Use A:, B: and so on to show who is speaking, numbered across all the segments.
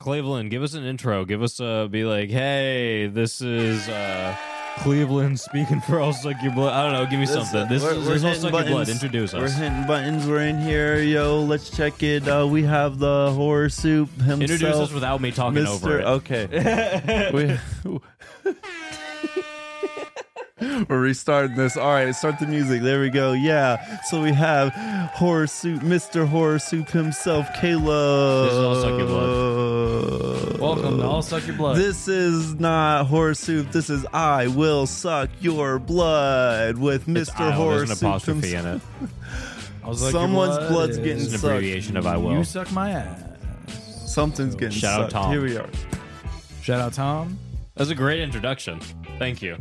A: Cleveland, give us an intro. Give us a be like, hey, this is uh, Cleveland speaking for all suck your blood. I don't know. Give me something. This
B: we're-
A: is,
B: we're
A: this is all
B: hitting
A: suck your blood.
B: buttons.
A: Introduce
B: We're
A: us.
B: hitting buttons. We're in here, yo. Let's check it. Uh, we have the horror soup himself,
A: Introduce us without me talking
B: Mr.
A: over it.
B: Okay, we, we're restarting this. All right, start the music. There we go. Yeah. So we have horror soup, Mr. Horror Soup himself, Caleb.
A: This is all suck your
B: blood.
C: Welcome to All Suck Your Blood.
B: This is not horse soup. This is I will suck your blood with
A: It's
B: Mr.
A: Isle.
B: Horse
A: There's an apostrophe in it.
C: I was like, your
B: Someone's
C: blood
B: blood's
C: is-
B: getting
A: It's an
B: Suck.
A: abbreviation of I will.
C: You suck my ass.
B: Something's getting
A: Shout out
B: sucked.
A: Tom.
B: Here we are.
C: Shout out Tom.
A: That's a great introduction. Thank you.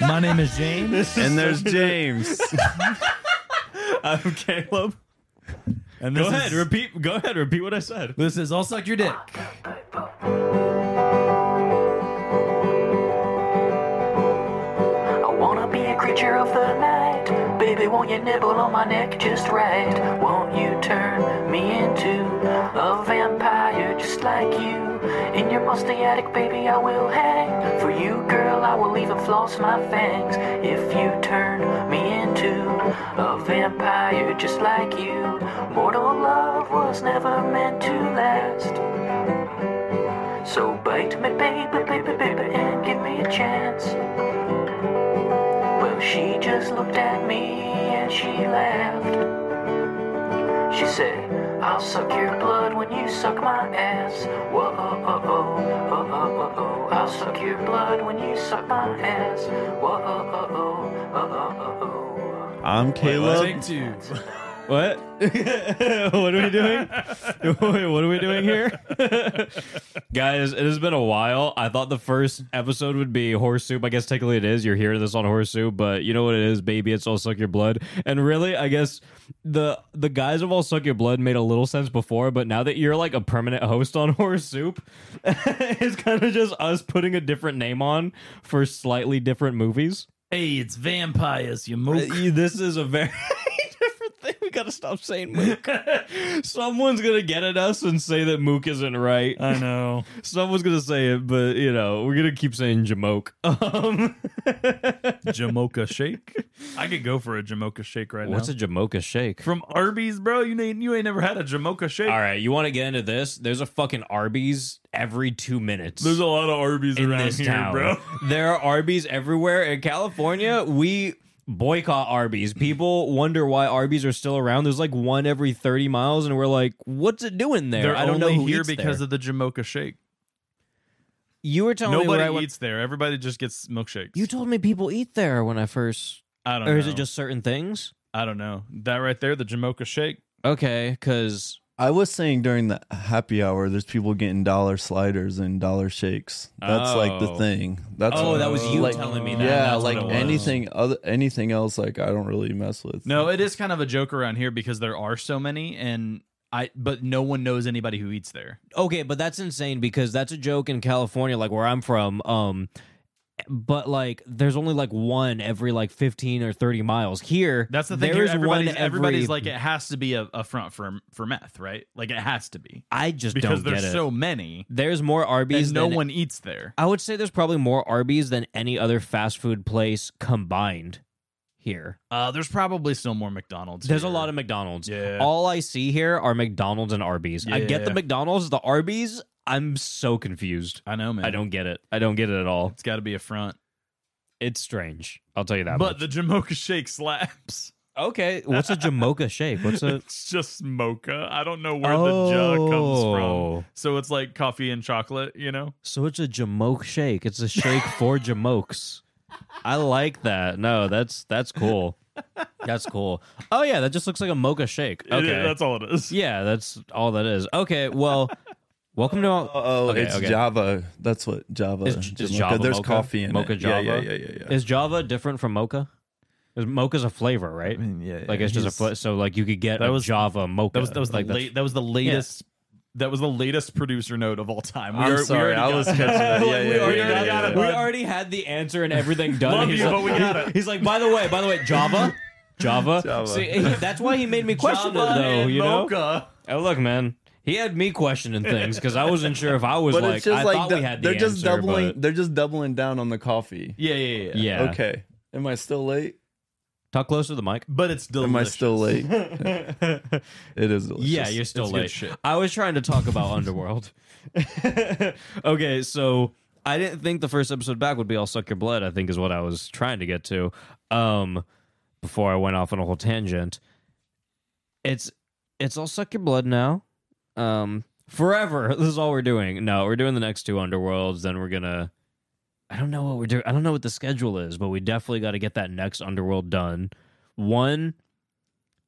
C: My name is James,
B: And there's James.
A: I'm Caleb.
C: and
A: Go
C: this
A: ahead,
C: is,
A: repeat. Go ahead, repeat what I said.
C: This is All Suck Your Dick.
D: I wanna be a creature of the night. Baby, won't you nibble on my neck just right? Won't you turn me into a vampire just like you? In your musty attic, baby, I will hang. For you, girl, I will even floss my fangs. If you turn me into a vampire just like you, mortal love was never meant to last. So bite me, baby, baby, baby, and give me a chance. Well, she just looked at me and she laughed. She said, I'll suck your blood when you suck my ass. Whoa, oh, oh, oh, oh, oh, oh, oh. I'll suck your blood when you suck my ass. Whoa, oh, oh, oh, oh, oh, oh, oh.
B: I'm
C: Take
B: Caleb.
C: two.
A: What? what are we doing? Wait, what are we doing here? Guys, it has been a while. I thought the first episode would be horse soup. I guess technically it is. You're hearing this on horse soup, but you know what it is, baby. It's all suck your blood. And really, I guess the the guys of all suck your blood made a little sense before, but now that you're like a permanent host on horse soup, it's kind of just us putting a different name on for slightly different movies.
C: Hey, it's vampires, you mook.
A: Uh, This is a very different thing. We gotta stop saying Mook. Someone's gonna get at us and say that Mook isn't right.
C: I know.
A: Someone's gonna say it, but you know we're gonna keep saying Jamoke. Um,
C: Jamocha shake. I could go for a Jamocha shake right
A: what's
C: now.
A: a Jamocha shake?
C: From Arby's, bro. You ain't you ain't never had a Jamocha shake.
A: All right, you want to get into this? There's a fucking Arby's every two minutes.
C: There's a lot of Arby's
A: in
C: around
A: this
C: here,
A: town.
C: bro.
A: There are Arby's everywhere in California. We boycott Arby's. People wonder why Arby's are still around. There's like one every 30 miles, and we're like, what's it doing there?
C: They're
A: I don't
C: only
A: know who
C: here
A: eats
C: because
A: there.
C: of the Jamocha shake.
A: you were telling me where I
C: Nobody
A: went-
C: eats there. Everybody just gets milkshakes.
A: You told me people eat there when I first,
C: I don't
A: or
C: know.
A: is it just certain things?
C: I don't know. That right there, the Jamocha shake.
A: Okay, because
B: I was saying during the happy hour, there's people getting dollar sliders and dollar shakes. That's like the
A: Oh.
B: thing. That's
A: oh,
B: what-
A: that was you
B: like,
A: telling me that.
B: Yeah,
A: That's what
B: like
A: it was.
B: anything other, anything else, like I don't really mess with.
C: No, it is kind of a joke around here because there are so many, and I but no one knows anybody who eats there.
A: Okay, but that's insane because that's a joke in California, like where I'm from. Um, but like, there's only like one every like 15 or 30 miles. Here,
C: That's the thing.
A: There
C: Here,
A: is
C: everybody's,
A: one every.
C: everybody's like it has to be a, a front for for meth, right? Like it has to be
A: I just
C: because
A: don't get it.
C: there's so many,
A: there's more Arby's.
C: and no
A: than,
C: one eats there.
A: I would say there's probably more Arby's than any other fast food place combined. Here,
C: Uh, there's probably still more McDonald's.
A: there's a
C: here.
A: lot of McDonald's.
C: yeah.
A: All I see here are McDonald's and Arby's. I get the
C: Yeah.
A: McDonald's, the Arby's. I'm so confused.
C: I know, man.
A: I don't get it. I don't get it at all.
C: It's got to be a front.
A: It's strange. I'll tell you that.
C: But
A: much.
C: the Jamocha shake slaps.
A: okay, what's a Jamocha shake? What's a
C: It's just mocha. I don't know where the jug comes from.
A: Oh.
C: So it's like coffee and chocolate, you know?
A: So it's a Jamoke shake. It's a shake for Jamokes. I like that. No, that's that's cool. That's cool. Oh yeah, that just looks like a mocha shake.
C: It-
A: Okay,
C: that's all it is.
A: yeah, that's all that is. Okay, well, welcome to. all-
B: Oh,
A: Okay,
B: it's
A: okay.
B: Java. That's what Java.
A: Is- is
B: Jamocha.
A: Java
B: There's
A: mocha?
B: coffee in
A: Mocha
B: it. Yeah,
A: Java?
B: Yeah, yeah, yeah, yeah.
A: Is Java different from mocha? 'Cause Mocha's a flavor, right?
C: yeah,
A: Like it's just a fl- so like you could get
C: That
A: a
C: was-
A: Java mocha.
C: That was that was
A: like
C: the
A: that's-
C: late, that was the latest that was the latest producer note of all time.
B: I'm
C: already-
B: sorry,
C: already
B: I
C: got
B: was
C: it.
B: catching that.
C: Like,
B: Yeah,
C: we
B: yeah,
C: already
B: yeah,
C: got
B: yeah,
C: it,
A: We
C: bud.
A: already had the answer and everything done.
C: Love
A: he's
C: you,
A: like,
C: but we got it.
A: He's like, by the way, by the way, Java, Java.
B: Java.
A: See, he- that's why he made me question
C: Java
A: it, though.
C: and
A: Oh, You know.
C: mocha.
A: Oh, look, man. He had me questioning things because I wasn't sure if I was
B: But
A: like,
B: it's just
A: I
B: like
A: thought
B: du-
A: we had the
B: they're just
A: answer,
B: doubling. They're just doubling down on the coffee.
C: Yeah, yeah,
A: but- yeah.
B: Okay. Am I still late?
A: Talk closer to the mic.
C: But it's delicious.
B: Am I still late? it is delicious.
A: Yeah, you're still
C: it's good
A: late.
C: shit.
A: I was trying to talk about Underworld. okay, so I didn't think the first episode back would be all suck your blood. I think is what I was trying to get to. Um, before I went off on a whole tangent, it's it's all suck your blood now. Um, forever. This is all we're doing. No, we're doing the next two Underworlds. Then we're gonna. I don't know what we're doing. I don't know what the schedule is, but we definitely got to get that next Underworld done. One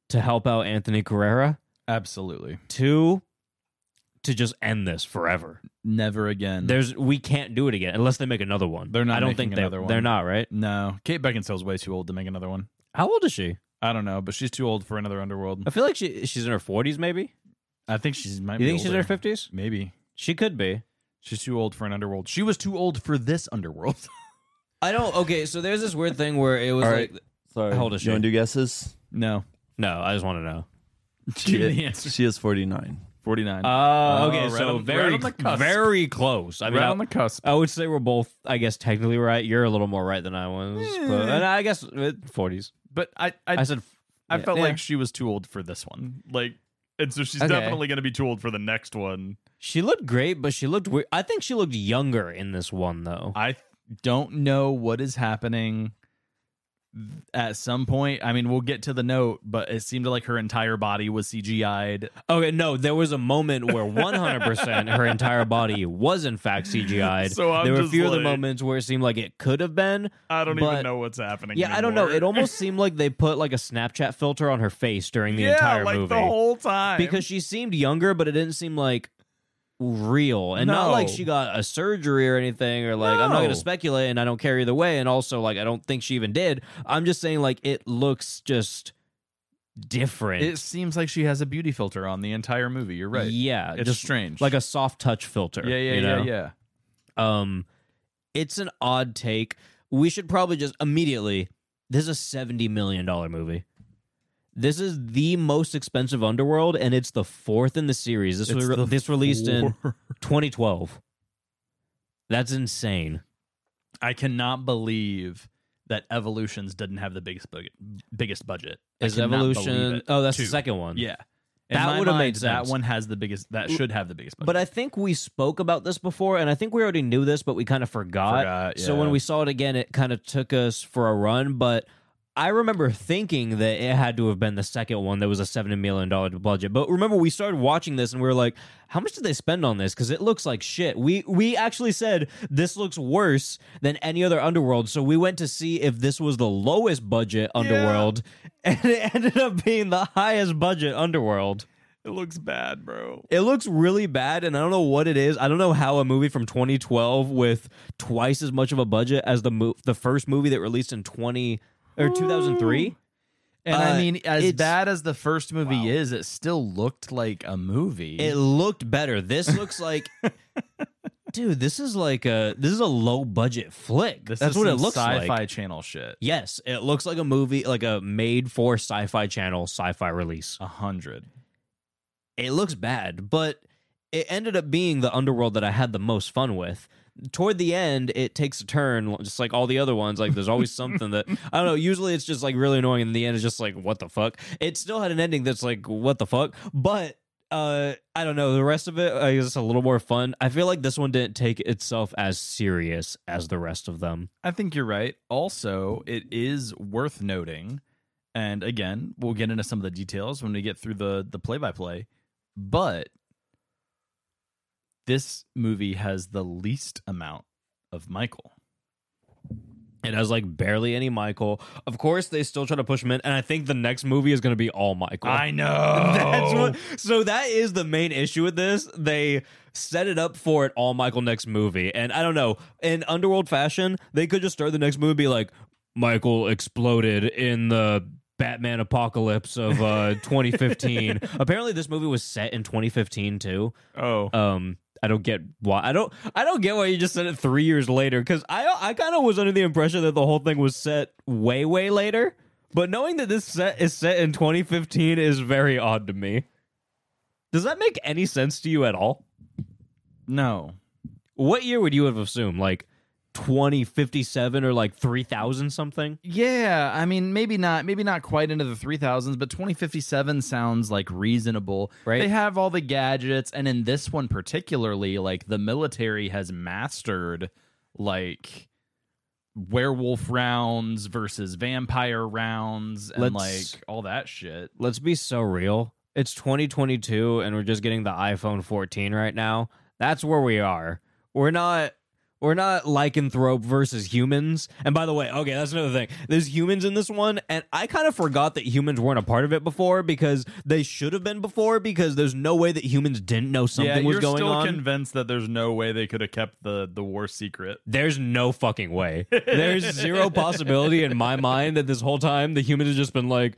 A: to help out Anthony Carrera
C: Absolutely.
A: two to just end this forever.
C: Never again.
A: There's we can't do it again unless they make another one.
C: They're not
A: I don't
C: making
A: think they,
C: another one.
A: They're not right.
C: no. Kate Beckinsale's way too old to make another one.
A: How old is she?
C: I don't know, but she's too old for another Underworld.
A: I feel like she she's in her forties. Maybe
C: I think she's might
A: you
C: be
A: think she's in
C: older.
A: her fifties?
C: Maybe.
A: She could be.
C: She's too old for an Underworld. She was too old for this Underworld.
A: I don't. Okay, so there's this weird thing where it was
B: All
A: like,
B: right. Sorry.
A: How old is she?
B: You want to do guesses?
C: no.
A: no, I just want to know.
C: Give me the answer.
B: She is 49.
C: 49.
A: Uh,
C: Oh,
A: okay,
C: right
A: so
C: on- right
A: very
C: on the cusp.
A: very close. I mean,
C: right
A: I-
C: on the cusp.
A: I would say we're both, I guess, technically right. You're a little more right than I was, but, and I guess uh, forties.
C: But I, I,
A: I said
C: I
A: yeah,
C: felt
A: yeah.
C: like she was too old for this one. Like, and so she's
A: Okay.
C: definitely going to be too old for the next one.
A: she looked great, but she looked. Weird. I think she looked younger in this one though.
C: I don't know what is happening. At some point, I mean, we'll get to the note, but it seemed like her entire body was CGI'd.
A: Okay, no, there was a moment where 100% her entire body was in fact CGI'd.
C: So I'm
A: there were a
C: just
A: few of the
C: like-
A: moments where it seemed like it could have been.
C: I don't
A: But-
C: even know what's happening.
A: Yeah, I don't know.
C: anymore.
A: It almost seemed like they put like a Snapchat filter on her face during the
C: yeah,
A: entire
C: like
A: movie
C: the whole time
A: because she seemed younger, but it didn't seem like real and not
C: No.
A: like she got a surgery or anything or like I'm not going
C: No.
A: to speculate and I don't care either way and also like I don't think she even did. I'm just saying like it looks just different.
C: it seems like she has a beauty filter on the entire movie. You're right.
A: Yeah,
C: it's
A: just
C: strange.
A: like a soft touch filter.
C: yeah, yeah,
A: you
C: yeah,
A: know?
C: yeah.
A: Um, it's an odd take. We should probably just immediately. This is a seventy million dollar movie. This is the most expensive Underworld, and it's the fourth in the series. This was
C: It's the
A: this released in
C: Or-
A: 2012. That's insane.
C: I cannot believe that Evolutions didn't have the biggest bu- biggest budget. I
A: Is
C: cannot believe
A: Evolution?
C: it.
A: Oh, that's
C: Two.
A: the second one.
C: Yeah,
A: That
C: that would
A: would've
C: have
A: made
C: made that
A: sense.
C: one has the biggest. That should have the biggest budget.
A: But I think we spoke about this before, and I think we already knew this, but we kind of forgot.
C: Forgot,
A: So
C: yeah.
A: when we saw it again, it kind of took us for a run. But I remember thinking that it had to have been the second one that was a seventy million dollar budget. But remember, we started watching this, and we were like, "How much did they spend on this? Because it looks like shit." We we actually said this looks worse than any other Underworld. So we went to see if this was the lowest budget Underworld, and it ended up being the highest budget Underworld.
C: it looks bad, bro.
A: It looks really bad, and I don't know what it is. I don't know how a movie from 2012 with twice as much of a budget as the mo- the first movie that released in 20 or 2003.
C: Mm. And
A: Uh,
C: I mean, as
A: it's-
C: bad as the first movie is, it still looked like a movie.
A: It looked better. This looks like, dude, this is like a this is a low budget flick.
C: This
A: That's
C: is
A: what it
C: some
A: looks
C: sci-fi
A: like.
C: Channel shit.
A: Yes, it looks like a movie, like a made for sci-fi channel sci-fi release.
C: A hundred.
A: it looks bad, but it ended up being the underworld that I had the most fun with. Toward the end, it takes a turn, just like all the other ones. Like there's always something that I don't know. Usually it's just like really annoying, and in the end it's just like what the fuck. It still had an ending that's like what the fuck, but uh, I don't know. The rest of it I guess a little more fun. I feel like this one didn't take itself as serious as the rest of them.
C: I think you're right. Also, it is worth noting, and again, we'll get into some of the details when we get through the the play by play. But this movie has the least amount of Michael.
A: It has like barely any Michael. Of course, they still try to push him in, and I think the next movie is going to be all Michael.
C: know.
A: That's what. So that is the main issue with this. They set it up for an all Michael next movie, and I don't know. In underworld fashion, they could just start the next movie and be like, Michael exploded in the Batman apocalypse of uh, 2015. Apparently, this movie was set in 2015 too.
C: Oh,
A: Um. I don't get why I don't I don't get why you just said it three years later because I I kind of was under the impression that the whole thing was set way way later, but knowing that this set is set in 2015 is very odd to me. Does that make any sense to you at all?
C: No.
A: What year would you have assumed? Like 2057 or like 3000 something?
C: Yeah, I mean, maybe not, maybe not quite into the three thousands, but twenty fifty seven sounds like reasonable.
A: Right.
C: They have all the gadgets, and in this one particularly, like the military has mastered like werewolf rounds versus vampire rounds, and
A: Let's-
C: like all that shit.
A: Let's be so real. It's 2022 and we're just getting the iPhone 14 right now. That's where we are. We're not we're not lycanthrope versus humans. And by the way, okay, that's another thing. There's humans in this one, and I kind of forgot that humans weren't a part of it before because they should have been before because there's no way that humans didn't know something
C: yeah,
A: was
C: you're
A: going
C: still
A: on.
C: convinced that there's no way they could have kept the the war secret.
A: There's no fucking way. There's zero possibility in my mind that this whole time the human has just been like,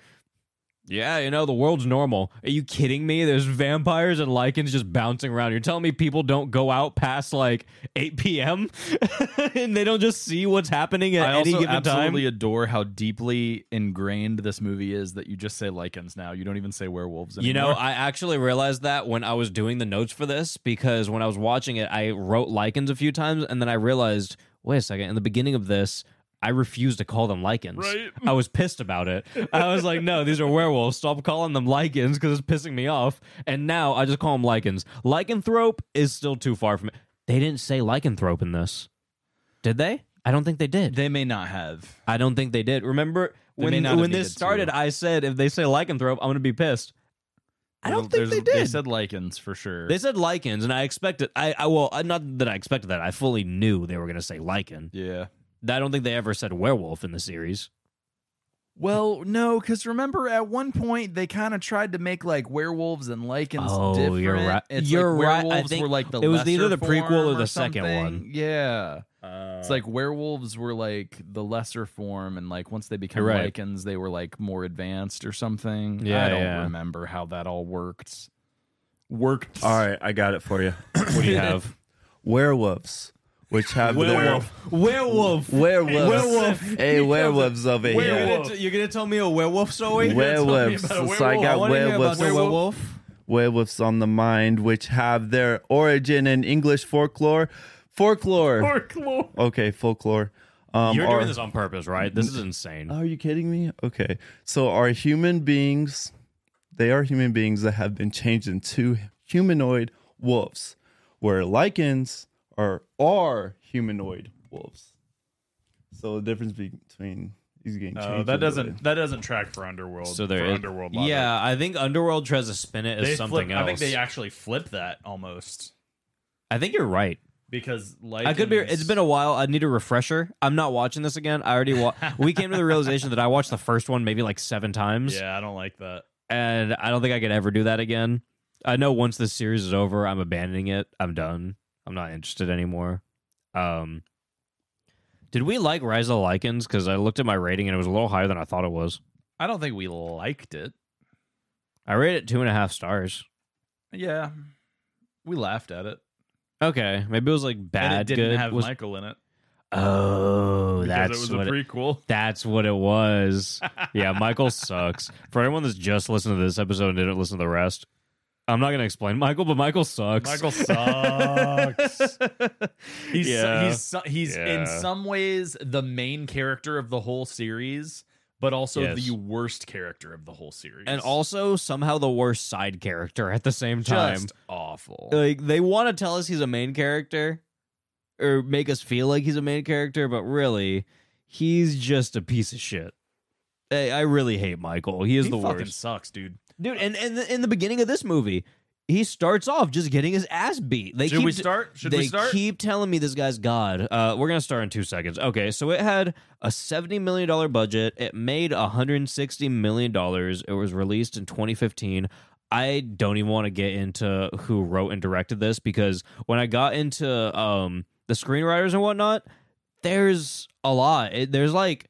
A: yeah, you know, the world's normal. Are you kidding me? There's vampires and lichens just bouncing around. You're telling me people don't go out past like 8 p.m. and they don't just see what's happening at
C: I
A: any
C: also
A: given time?
C: absolutely adore how deeply ingrained this movie is that you just say lichens now. You don't even say werewolves anymore.
A: You know, I actually realized that when I was doing the notes for this because when I was watching it, I wrote lichens a few times and then I realized, wait a second, in the beginning of this, I refused to call them lichens.
C: Right.
A: I was pissed about it. I was like, no, these are werewolves. Stop calling them lichens because it's pissing me off. And now I just call them lichens. Lycanthrope is still too far from it. They didn't say lycanthrope in this, did they? I don't think they did.
C: they may not have.
A: I don't think they did. Remember
C: They may
A: when
C: not have
A: when this
C: needed
A: started,
C: to.
A: I said if they say lycanthrope, I'm gonna be pissed. I don't think
C: There's-
A: they
C: They
A: did.
C: said lichens for sure.
A: They said lichens, and I expected. I, I well, I- not that I expected that. I fully knew they were gonna say lichen.
C: yeah.
A: I don't think they ever said werewolf in the series.
C: Well, no, because remember at one point they kind of tried to make like werewolves and lichens
A: Oh,
C: different.
A: you're right.
C: It's
A: You're
C: like
A: right. I
C: werewolves
A: think
C: were like the
A: it was either
C: lesser
A: the prequel or
C: form
A: the second
C: something.
A: one.
C: Yeah.
A: Uh,
C: It's like werewolves were like the lesser form, and like once they become
A: You're right.
C: lichens, they were like more advanced or something.
A: Yeah,
C: I don't
A: yeah.
C: remember how that all worked. Worked.
B: All right, I got it for you.
A: what do you have?
B: werewolves, which have
A: werewolf,
B: their werewolves.
A: Werewolf.
B: Hey, werewolves over
A: You're
B: here.
A: gonna, t- you're gonna tell me a werewolf story?
B: Werewolves. So I got werewolves. Werewolves on the mind, which have their origin in English folklore. Folklore.
A: Werewolf.
B: Okay, folklore. Um,
A: You're
B: are- Uh,
A: doing this on purpose, right? This is insane.
B: Are you kidding me? Okay. So are human beings they are human beings that have been changed into humanoid wolves, where lichens are are humanoid wolves. So the difference be- between he's getting changed.
E: Oh, that
B: into
E: doesn't
B: it.
E: that doesn't track for Underworld.
A: So there
E: for
A: is-
E: Underworld. logic.
A: Yeah, I think Underworld tries to spin it as
E: they
A: something
E: flip,
A: else.
E: I think they actually flip that almost
A: I think you're right.
E: because like
A: I could be. It's been a while. I need a refresher. I'm not watching this again. I already. Wa- we came to the realization that I watched the first one maybe like seven times,
E: yeah. I don't like that.
A: and I don't think I could ever do that again. I know once this series is over, I'm abandoning it. I'm done. I'm not interested anymore. Um, did we like Rise of the Lycans? Because I looked at my rating and it was a little higher than I thought it was.
C: I don't think we liked it.
A: I rated it two and a half stars.
C: Yeah, we laughed at it.
A: Okay, maybe it was like bad.
E: and it didn't
A: good.
E: have
A: was-
E: Michael in it
A: oh,
E: because
A: that's
E: it was a
A: what it-
E: prequel.
A: That's what it was. Yeah, Michael sucks. For anyone that's just listened to this episode and didn't listen to the rest, I'm not going to explain Michael, but Michael sucks.
E: Michael sucks.
C: He's
A: Yeah.
C: he's so- he's
A: Yeah.
C: in some ways the main character of the whole series, but also
A: Yes.
C: the worst character of the whole series,
A: and also somehow the worst side character at the same time.
C: just awful.
A: like they want to tell us he's a main character or make us feel like he's a main character, but really he's just a piece of shit. I, I really hate Michael. He is
E: he
A: the
E: fucking
A: worst.
E: sucks, dude.
A: Dude, and, and the, in the beginning of this movie, he starts off just getting his ass beat. They
E: Should
A: keep
E: we start? Should
A: they
E: we start?
A: keep telling me this guy's God. Uh, we're gonna start in two seconds. Okay, so it had a seventy million dollar budget. It made hundred and sixty million dollars. It was released in twenty fifteen. I don't even want to get into who wrote and directed this because when I got into um, the screenwriters and whatnot, there's a lot. It, there's like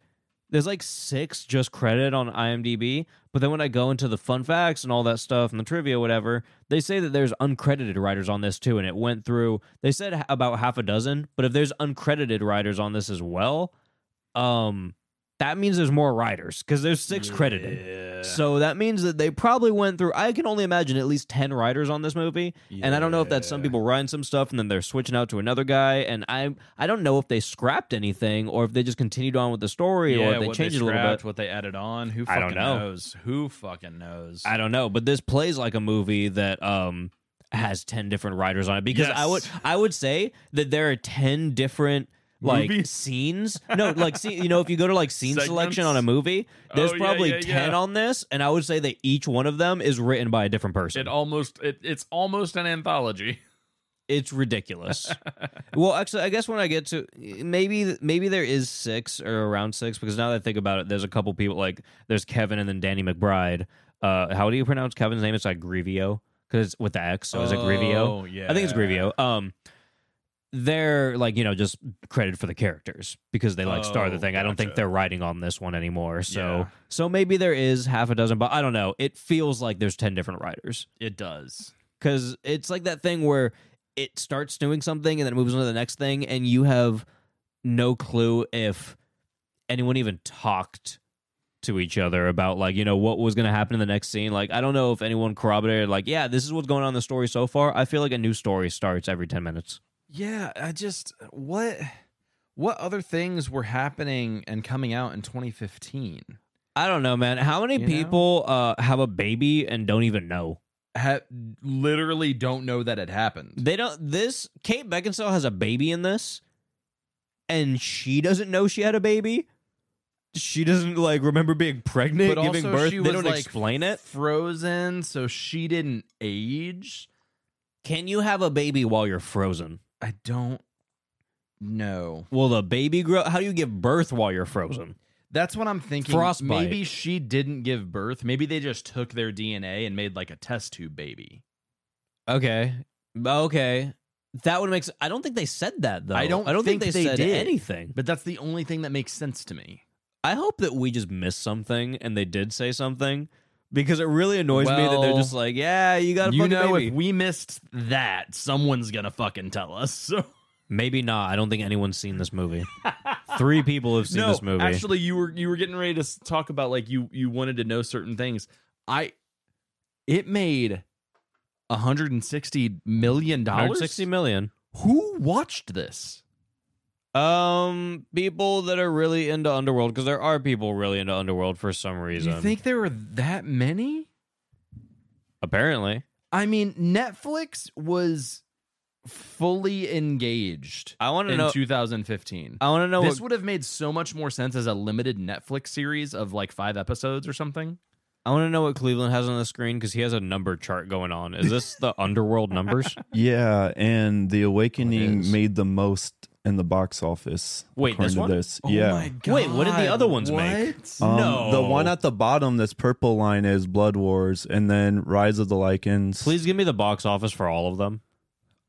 A: there's like six just credit on IMDb. But then when I go into the fun facts and all that stuff and the trivia, whatever, they say that there's uncredited writers on this too. And it went through, they said h- about half a dozen, but if there's uncredited writers on this as well, um, that means there's more writers because there's six credited.
C: Yeah.
A: So that means that they probably went through. I can only imagine at least ten writers on this movie, and I don't know if that's some
C: Yeah.
A: people writing some stuff and then they're switching out to another guy. And I I don't know if they scrapped anything or if they just continued on with the story or
C: yeah,
A: if they
C: what
A: changed it a little
C: scrapped,
A: bit.
C: What they added on? Who
A: I
C: fucking
A: don't know.
C: knows? Who fucking knows?
A: I don't know, but this plays like a movie that um has ten different writers on it because I would
C: Yes.
A: I would say that there are ten different. Like
C: Movies?
A: scenes, no, like see, you know, if you go to like scene selection
C: Segments?
A: on a movie, there's
C: Oh, yeah,
A: probably
C: yeah,
A: ten
C: yeah.
A: on this, and I would say that each one of them is written by a different person.
C: It almost it, it's almost an anthology.
A: It's ridiculous. well, actually, I guess when I get to maybe maybe there is six or around six because now that I think about it, there's a couple people like there's Kevin and then Danny McBride. Uh, how do you pronounce Kevin's name? It's like Grivio because with the X, so is it Grivio?
C: Oh, yeah.
A: I think it's Grivio. Um, they're like you know just credited for the characters because they like star the
C: Oh,
A: thing. I don't think
C: gotcha.
A: they're writing on this one anymore. So
C: Yeah.
A: so maybe there is half a dozen, but I don't know. It feels like there's ten different writers
C: It does.
A: because it's like that thing where it starts doing something and then it moves on to the next thing and you have no clue if anyone even talked to each other about like you know what was going to happen in the next scene like i don't know if anyone corroborated like yeah this is what's going on in the story so far i feel like a new story starts every 10 minutes
C: Yeah, I just uh, what what other things were happening and coming out in 2015?
A: i don't know man how many
C: You know?
A: people uh have a baby and don't even know
C: Ha- literally don't know that it happened.
A: they don't this kate beckinsale has a baby in this and she doesn't know she had a baby she doesn't like remember being pregnant
C: But
A: giving
C: also
A: birth
C: she
A: they
C: was,
A: don't
C: like,
A: explain it
C: Frozen, so she didn't age.
A: can you have a baby while you're frozen
C: I don't know.
A: will the baby grow how do you give birth while you're frozen
C: That's what I'm thinking.
A: Frostbite.
C: Maybe she didn't give birth. Maybe they just took their DNA and made like a test tube baby.
A: okay okay that would make s- i don't think they said that though
C: I don't
A: i don't think,
C: think
A: they,
C: they
A: said
C: did.
A: anything
C: But that's the only thing that makes sense to me.
A: i hope that we just missed something and they did say something because it really annoys me that they're
C: Well,
A: just like yeah you got a
C: you
A: fucking
C: know,
A: baby
C: if we missed that, someone's gonna fucking tell us. So
A: Maybe not. I don't think anyone's seen this movie. Three people have seen this movie.
C: actually, you were you were getting ready to s- talk about like you you wanted to know certain things. I it made 160 million dollars.
A: 160 million.
C: Who watched this?
A: Um, people that are really into Underworld because there are people really into Underworld for some reason.
C: You think there were that many?
A: Apparently,
C: I mean, Netflix was fully engaged
A: I want to
C: in
A: know.
C: 2015.
A: I want to know.
C: this
A: what,
C: would have made so much more sense as a limited Netflix series of like five episodes or something.
A: I want to know what Cleveland has on the screen because he has a number chart going on. Is this the Underworld numbers?
B: Yeah, and The
C: It
B: Awakening
C: is.
B: made the most in the box office.
A: Wait,
B: according
A: this
B: to
A: one? Oh
B: this. yeah.
A: Wait, what did the other ones make?
B: Um,
A: No.
B: The one at the bottom, this purple line, is Blood Wars, and then Rise of the Lycans.
A: Please give me the box office for all of them.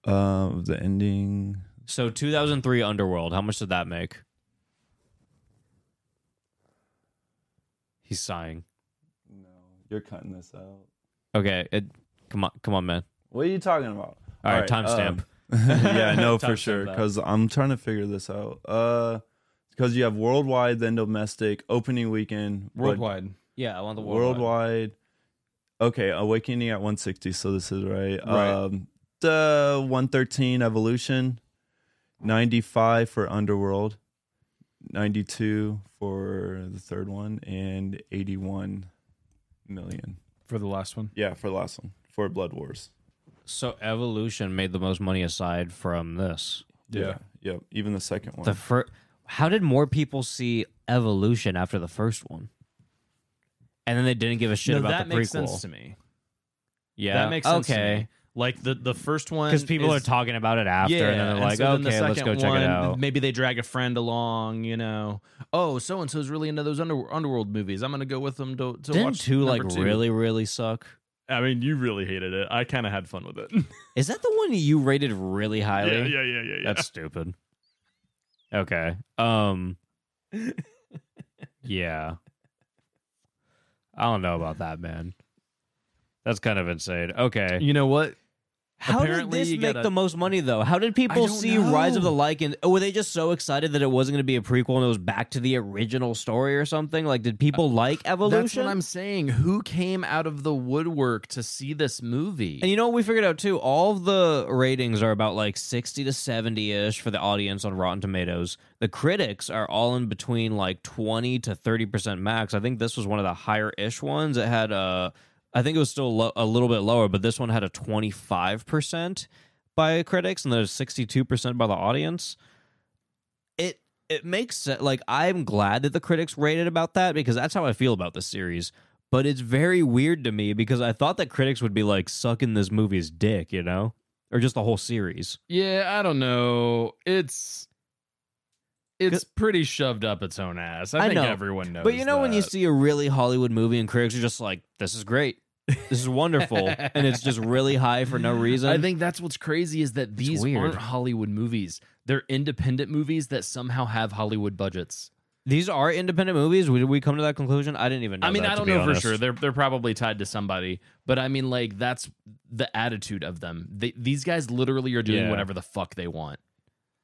B: Uh, the ending.
A: So 2003 Underworld. How much did that make? He's sighing.
B: No, you're cutting this out.
A: Okay, it, come on, come on, man.
B: What are you talking about?
A: All right, timestamp.
B: um, yeah, no, for
A: Timestamp
B: sure.
A: that.
B: Because I'm trying to figure this out. Uh, because you have worldwide, then domestic, opening weekend, but
C: Worldwide.
A: Yeah, I want the
B: worldwide. Okay, Awakening at 160. So this is right.
C: Right.
B: Um, the 113 Evolution, 95 for Underworld, 92 for the third one, and 81 million.
C: For the last one.
B: Yeah, for the last one for Blood Wars.
A: So Evolution made the most money aside from this.
B: Yeah. Yep. Even the second one.
A: The first, how did more people see Evolution after the first one? And then they didn't give a shit about
C: that
A: the prequel.
C: makes sense to me.
A: Yeah,
C: That makes sense. To
A: Okay,
C: me. Like the, the first one.
A: because people
C: is-
A: are talking about it after,
C: yeah,
A: and then they're like,
C: so then the
A: "Okay, let's go
C: second
A: check
C: one,
A: it out."
C: Maybe they drag a friend along, you know. Oh, so and so's really into those under, underworld movies. I'm going to go with them to, to
A: Didn't
C: watch
A: two like
C: number two.
A: really, really suck?
C: I mean, you really hated it. I kind of had fun with it.
A: Is that the one that you rated really highly?
C: yeah, yeah.
A: That's stupid. Okay. Um Yeah. I don't know about that, man. That's kind of insane. Okay.
C: You know what?
A: How
C: Apparently
A: did
C: you
A: this make
C: gotta-
A: the most money though? How did people
C: don't
A: see Rise of the Lycan? Oh, Were they just so excited that it wasn't going to be a prequel and it was back to the original story or something? Like, did people like Evolution?
E: That's what I'm saying. Who came out of the woodwork to see this movie?
A: And you know what we figured out too? All of the ratings are about like 60 to 70 ish for the audience on Rotten Tomatoes. The critics are all in between like 20 to 30% max. I think this was one of the higher ish ones. It had a, I think it was still lo- a little bit lower, but this one had a 25% by critics and there's 62% by the audience. It, it makes sense. Like, I'm glad that the critics rated about that because that's how I feel about this series but it's very weird to me because I thought that critics would be like sucking this movie's dick, you know, or just the whole series.
C: Yeah, I don't know. It's it's pretty shoved up its own ass. I,
A: I
C: think
A: know.
C: everyone knows.
A: But you know when you
C: that.
A: see a really Hollywood movie and critics are just like, "This is great, this is wonderful," and it's just really high for no reason.
C: I think that's what's crazy is that these
A: weird.
C: aren't Hollywood movies. They're independent movies that somehow have Hollywood budgets.
A: these are independent movies. Did we come to that conclusion? I didn't even. know
C: I mean,
A: that,
C: I
A: to
C: don't
A: be
C: know for
A: honest.
C: sure. They're they're probably tied to somebody, but I mean, like that's the attitude of them. They, these guys literally are doing
A: Yeah.
C: whatever the fuck they want.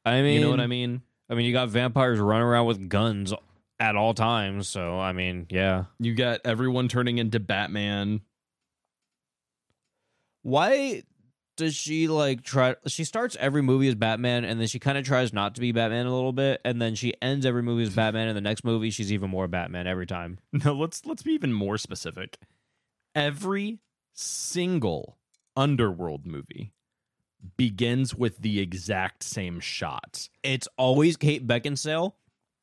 A: I mean,
C: you know what I mean?
A: I mean, you got vampires running around with guns at all times. So I mean, yeah.
C: You got everyone turning into Batman.
A: why does she like try she starts every movie as batman and then she kind of tries not to be batman a little bit and then she ends every movie as batman and the next movie she's even more batman every time
C: No, let's let's be even more specific. Every single underworld movie begins with the exact same shot.
A: it's always kate beckinsale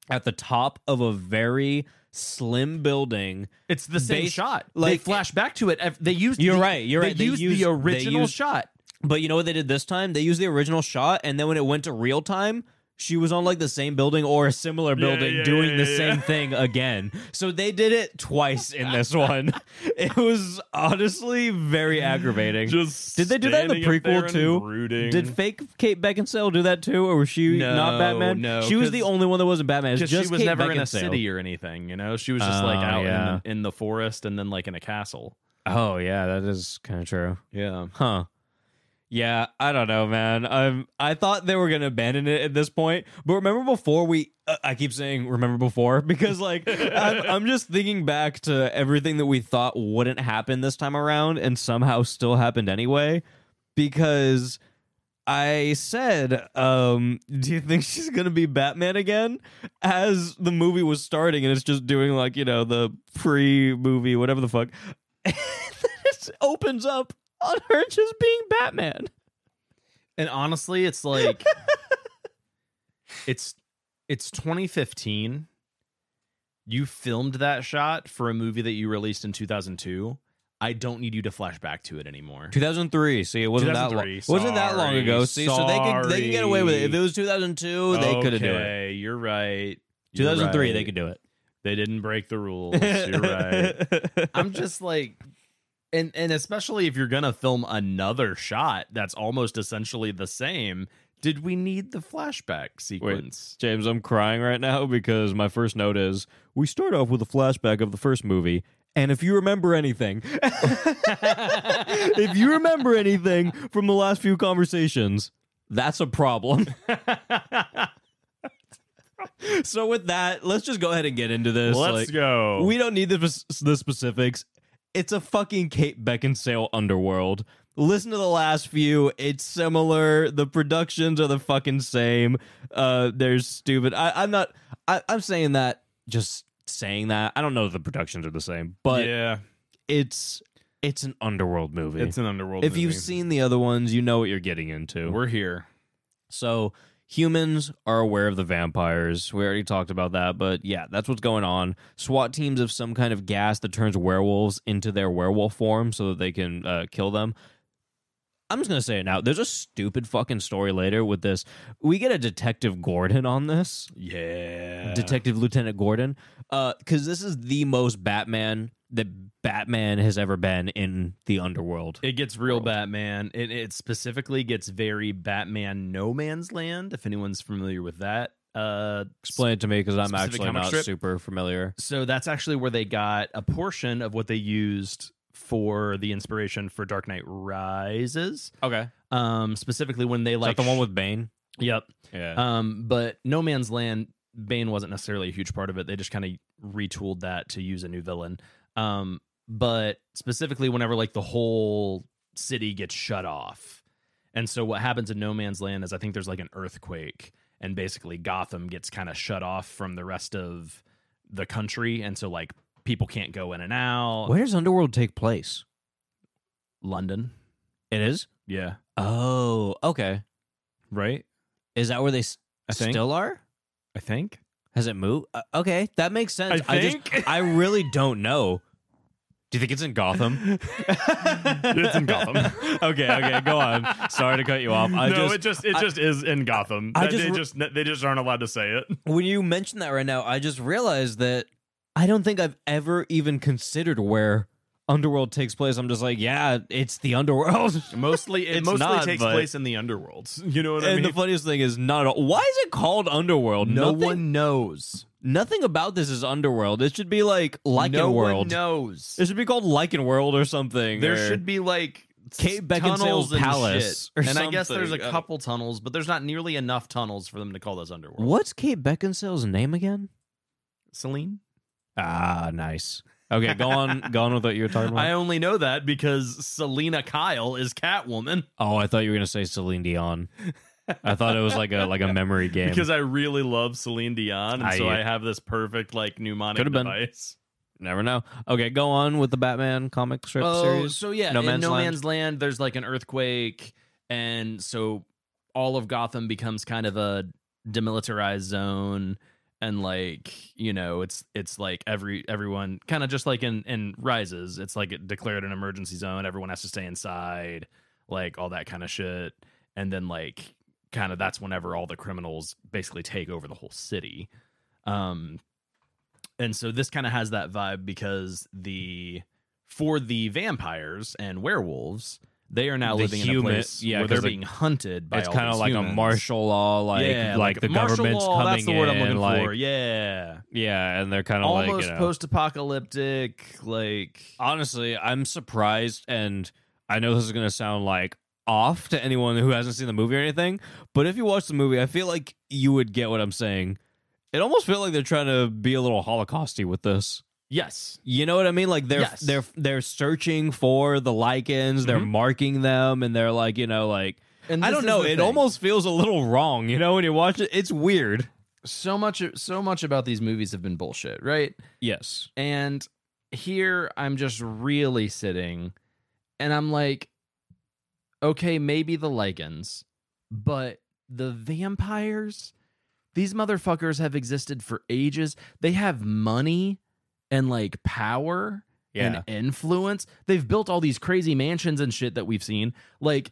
A: at the top of a very slim building
C: It's the same
A: Bas-
C: shot. they
A: like-
C: flash back to it. ev- They use
A: You're
C: the,
A: right, you're
C: they
A: right. They
C: use
A: use-
C: the
A: they
C: original
A: use-
C: shot.
A: but you know what they did this time they used the original shot and then when it went to real time she was on like the same building or a similar building
C: yeah,
A: doing
C: yeah,
A: the
C: yeah,
A: same thing again so they did it twice in this one it was honestly very aggravating
C: Just
A: Did they do that in the standing up prequel, there and too? Did fake Kate Beckinsale do that too, or was she
C: No,
A: not Batman?
C: no,
A: she was
C: 'cause-
A: the only one that wasn't Batman. It's
C: just,
A: just
C: she was
A: Kate
C: never in a
A: Beckinsale.
C: city E or anything, you know. She was just
A: Oh,
C: like out
A: yeah.
C: in, the, in the forest and then like in a castle.
A: Oh yeah, that is kind of true.
C: Yeah,
A: Huh. Yeah, I don't know, man. I'm I thought they were gonna abandon it at this point, but remember before we? Uh, I keep saying remember before because like I'm, I'm just thinking back to everything that we thought wouldn't happen this time around, and somehow still happened anyway. Because I said, um, "Do you think she's gonna be Batman again?" As the movie was starting, and it's just doing like you know the pre-movie, whatever the fuck. it just opens up on her just being Batman.
C: and honestly, it's like it's it's 2015. You filmed that shot for a movie that you released in 2002. I don't need you to flash back to it anymore.
A: 2003. See, it wasn't that long.
C: 2003,
A: wasn't that long
C: sorry,
A: ago. See, so they could they could get away with it. If it was 2002, they could have done it.
C: Okay, You're right. You're
A: 2003, they
C: right.
A: could do it.
C: They didn't break the rules. You're right. I'm just like and and especially if you're going to film another shot that's almost essentially the same, did we need the flashback sequence?
A: James, I'm crying right now because my first note is we start off with a flashback of the first movie. And if you remember anything, if you remember anything from the last few conversations, that's a problem. so with that, let's just go ahead and get into this. Like,
C: go.
A: We don't need the, spec- the specifics. It's a fucking Kate Beckinsale underworld. Listen to the last few. It's similar. The productions are the fucking same. Uh, they're stupid. I, I'm not. I, I'm saying that just saying that. I don't know if the productions are the same, but
C: yeah,
A: it's it's an underworld movie.
C: it's an underworld.
A: if you've
C: movie.
A: seen the other ones, you know what you're getting into.
C: we're here.
A: So humans are aware of the vampires. We already talked about that, but yeah, that's what's going on. SWAT teams of some kind of gas that turns werewolves into their werewolf form so that they can uh, kill them. I'm just gonna say it now. There's a stupid fucking story later with this. We get a detective Gordon on this.
C: Yeah,
A: Detective Lieutenant Gordon, because this is the most Batman that Batman has ever been in the underworld.
C: It gets real
A: world.
C: Batman. It, it specifically gets very Batman No Man's Land. If anyone's familiar with that, uh,
A: Explain it to me because I'm
C: Specific
A: actually
C: comic
A: not
C: strip?
A: super familiar.
C: So that's actually where they got a portion of what they used for the inspiration for Dark Knight Rises.
A: Okay. Is
C: Um, specifically when they like
A: that the one with Bane?
C: yep.
A: Yeah.
C: Um, but No Man's Land, Bane wasn't necessarily a huge part of it. They just kind of retooled that to use a new villain. Um, but specifically, whenever like the whole city gets shut off, and so what happens in No Man's Land is I think there's like an earthquake, and basically Gotham gets kind of shut off from the rest of the country, and so like people can't go in and out.
A: Where does Underworld take place?
C: London,
A: It is.
C: yeah,
A: Oh, okay.
C: right.
A: Is that where they s-
C: I think.
A: still are?
C: I think.
A: Has it moved? Uh, okay, that makes sense.
C: I
A: just I really don't know. Do you think it's in Gotham?
C: It's in Gotham.
A: okay, okay, go on. Sorry to cut you off. I
C: no,
A: just
C: it just it
A: I-
C: just is in Gotham.
A: I
C: That-
A: just
C: they
A: re-
C: just they just aren't allowed to say it.
A: when you mention that right now, I just realized that I don't think I've ever even considered where Underworld takes place. I'm just like, yeah, it's the Underworld.
C: Mostly, it
A: It's
C: mostly
A: not,
C: takes
A: but-
C: place in the underworlds. You know what I
A: and
C: mean?
A: the funniest thing is, not at all. Why is it called Underworld?
C: no
A: nothing,
C: one knows.
A: nothing about this is Underworld. It should be like Lycan
C: no one
A: World.
C: knows.
A: It should be called Lycan World or something.
C: There
A: or-
C: should be like
A: Kate
C: s- tunnels
A: Beckinsale's
C: and
A: palace
C: shit.
A: or
C: and I guess there's a
A: something. I don't-
C: couple tunnels, but there's not nearly enough tunnels for them to call this underworld.
A: What's Kate Beckinsale's name again?
C: Celine?
A: Ah, nice. Okay, go on, go on with what you were talking about.
C: I only know that because Selena Kyle is Catwoman.
A: oh, I thought you were gonna say Celine Dion. I thought it was like a like a memory game.
C: Because I really love Celine Dion, and
A: I-
C: so I have this perfect like mnemonic
A: Could've been.
C: device.
A: Never know. Okay, go on with the Batman comic strip
C: oh,
A: series.
C: So yeah,
A: No
C: in
A: Man's
C: No
A: Land?
C: Man's Land, there's like an earthquake, and so all of Gotham becomes kind of a demilitarized zone, and like you know, it's it's like every everyone kind of just like in in Rises, it's like it declared an emergency zone. Everyone has to stay inside, like all that kind of shit, and then like kind of that's whenever all the criminals basically take over the whole city. Um, and so this kind of has that vibe because the for the vampires and werewolves, they are now
A: The
C: living in a
A: human-
C: place
A: yeah,
C: where they're
A: 'cause, like,
C: being hunted by
A: it's
C: kind of
A: like a martial law, like like, the government's coming
C: that's the word
A: in,
C: I'm looking
A: like
C: for. Yeah,
A: yeah, and they're kind of like
C: almost
A: you know-
C: post-apocalyptic, like
A: honestly, I'm surprised, and I know this is gonna sound like off to anyone who hasn't seen the movie or anything, but if you watch the movie, I feel like you would get what I'm saying. It almost felt like they're trying to be a little holocausty with this.
C: yes,
A: You know what I mean? Like they're
C: Yes.
A: they're they're searching for the lichens, they're
C: Mhm.
A: marking them, and they're like, you know, like
C: and
A: I
C: this
A: don't
C: is
A: know.
C: the
A: It
C: thing.
A: almost feels a little wrong, you know, when you watch it. It's weird.
C: so much so much about these movies have been bullshit, right?
A: Yes.
C: And here I'm just really sitting and I'm like, okay, maybe the lichens, but the vampires, these motherfuckers have existed for ages. They have money and like power
A: Yeah.
C: and influence. They've built all these crazy mansions and shit that we've seen. Like,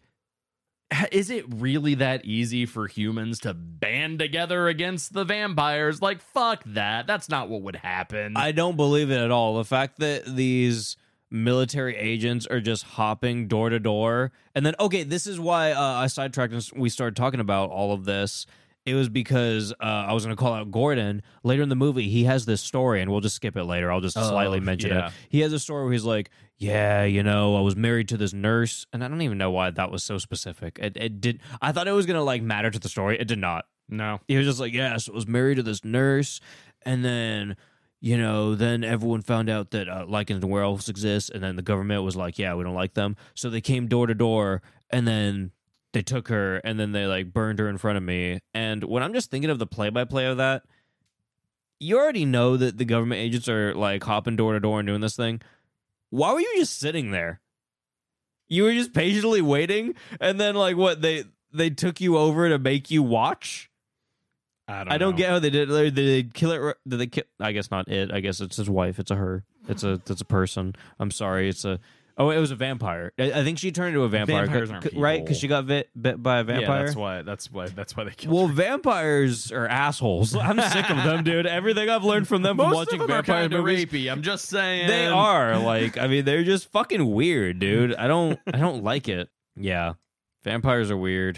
C: h- is it really that easy for humans to band together against the vampires? Like, fuck that. That's not what would happen.
A: I don't believe it at all. The fact that these military agents are just hopping door to door, and then okay, this is why uh, I sidetracked and s- we started talking about all of this. It was because uh, I was going to call out Gordon later in the movie. He has this story, and we'll just skip it later. I'll just
C: Oh,
A: slightly mention
C: yeah.
A: it. He has a story where he's like, "Yeah, you know, I was married to this nurse, and I don't even know why that was so specific. It, it did. I thought it was going to like matter to the story. It did not
C: no.
A: he was just like, yeah, so I was married to this nurse, and then you know, then everyone found out that uh, lichens and werewolves exist, and then the government was like, yeah, we don't like them, so they came door to door, and then they took her, and then they like burned her in front of me, and when I'm just thinking of the play by play of that. You already know that the government agents are like hopping door to door and doing this thing. Why were you just sitting there? You were just patiently waiting, and then like what they they took you over to make you watch.
C: I
A: I don't get how they did. It. Did they kill it? Did they kill? I guess not. It. I guess it's his wife. It's a her. It's a. It's a person. I'm sorry. It's a. Oh, it was a vampire. I, I think she turned into a vampire,
C: Vampires
A: c-
C: aren't
A: c- right?
C: people.
A: Because she got bit, bit by a vampire.
C: Yeah, that's why. That's why. That's why they killed.
A: well, vampires are assholes. I'm sick of them, dude. Everything I've learned from them from watching vampire
C: kinda
A: movies,
C: rapey. I'm just saying
A: they are like. I mean, they're just fucking weird, dude. I don't. I don't like it. Yeah, vampires are weird.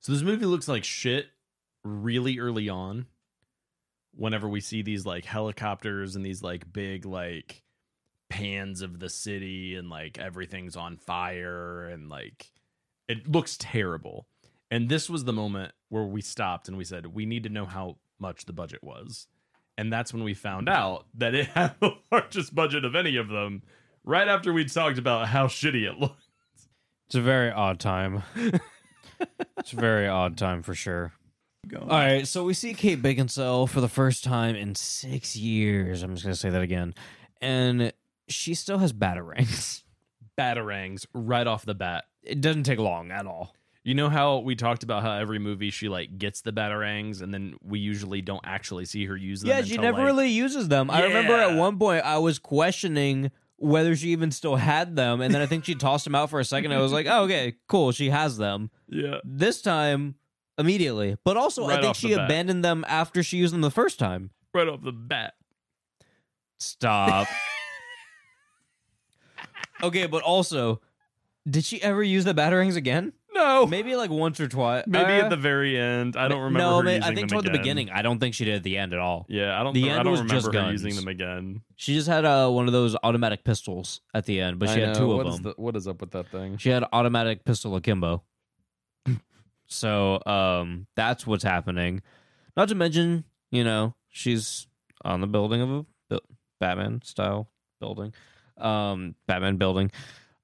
E: So this movie looks like shit really early on. Whenever we see these like helicopters and these like big like pans of the city and like everything's on fire and like it looks terrible. And this was the moment where we stopped and we said we need to know how much the budget was. And that's when we found out that it had the largest budget of any of them right after we talked about how shitty it looked.
A: It's a very odd time. it's a very odd time for sure. All right, so we see Kate Beckinsale for the first time in six years. I'm just gonna say that again, and she still has batarangs.
E: Batarangs right off the bat.
A: It doesn't take long at all.
E: You know how we talked about how every movie she like gets the batarangs and then we usually don't actually see her use them.
A: Yeah, she
E: until,
A: never
E: like-
A: really uses them. I remember
E: Yeah.
A: at one point I was questioning whether she even still had them, and then I think she tossed them out for a second. I was like, oh, okay, cool, she has them.
E: Yeah,
A: This time, immediately. But also,
E: Right
A: I think
E: off the
A: she
E: bat.
A: abandoned them after she used them the first time.
E: right off the bat.
A: Stop. okay, but also, did she ever use the batarangs again?
E: No, maybe,
A: Maybe like once or twice.
E: at the very end. I don't remember.
A: Uh, No,
E: her
A: ma- I
E: using
A: think
E: them
A: toward the
E: again.
A: beginning. I don't think she did at the end at all.
E: Yeah, I don't.
A: The
E: I
A: end
E: don't
A: was
E: remember
A: just
E: her
A: guns.
E: using them again.
A: She just had uh, one of those automatic pistols at the end, but she had two of them.
E: what is up with that thing?
A: She had automatic pistol akimbo. so um, that's what's happening. Not to mention, you know, she's on the building of a bu- Batman style building, um, Batman building.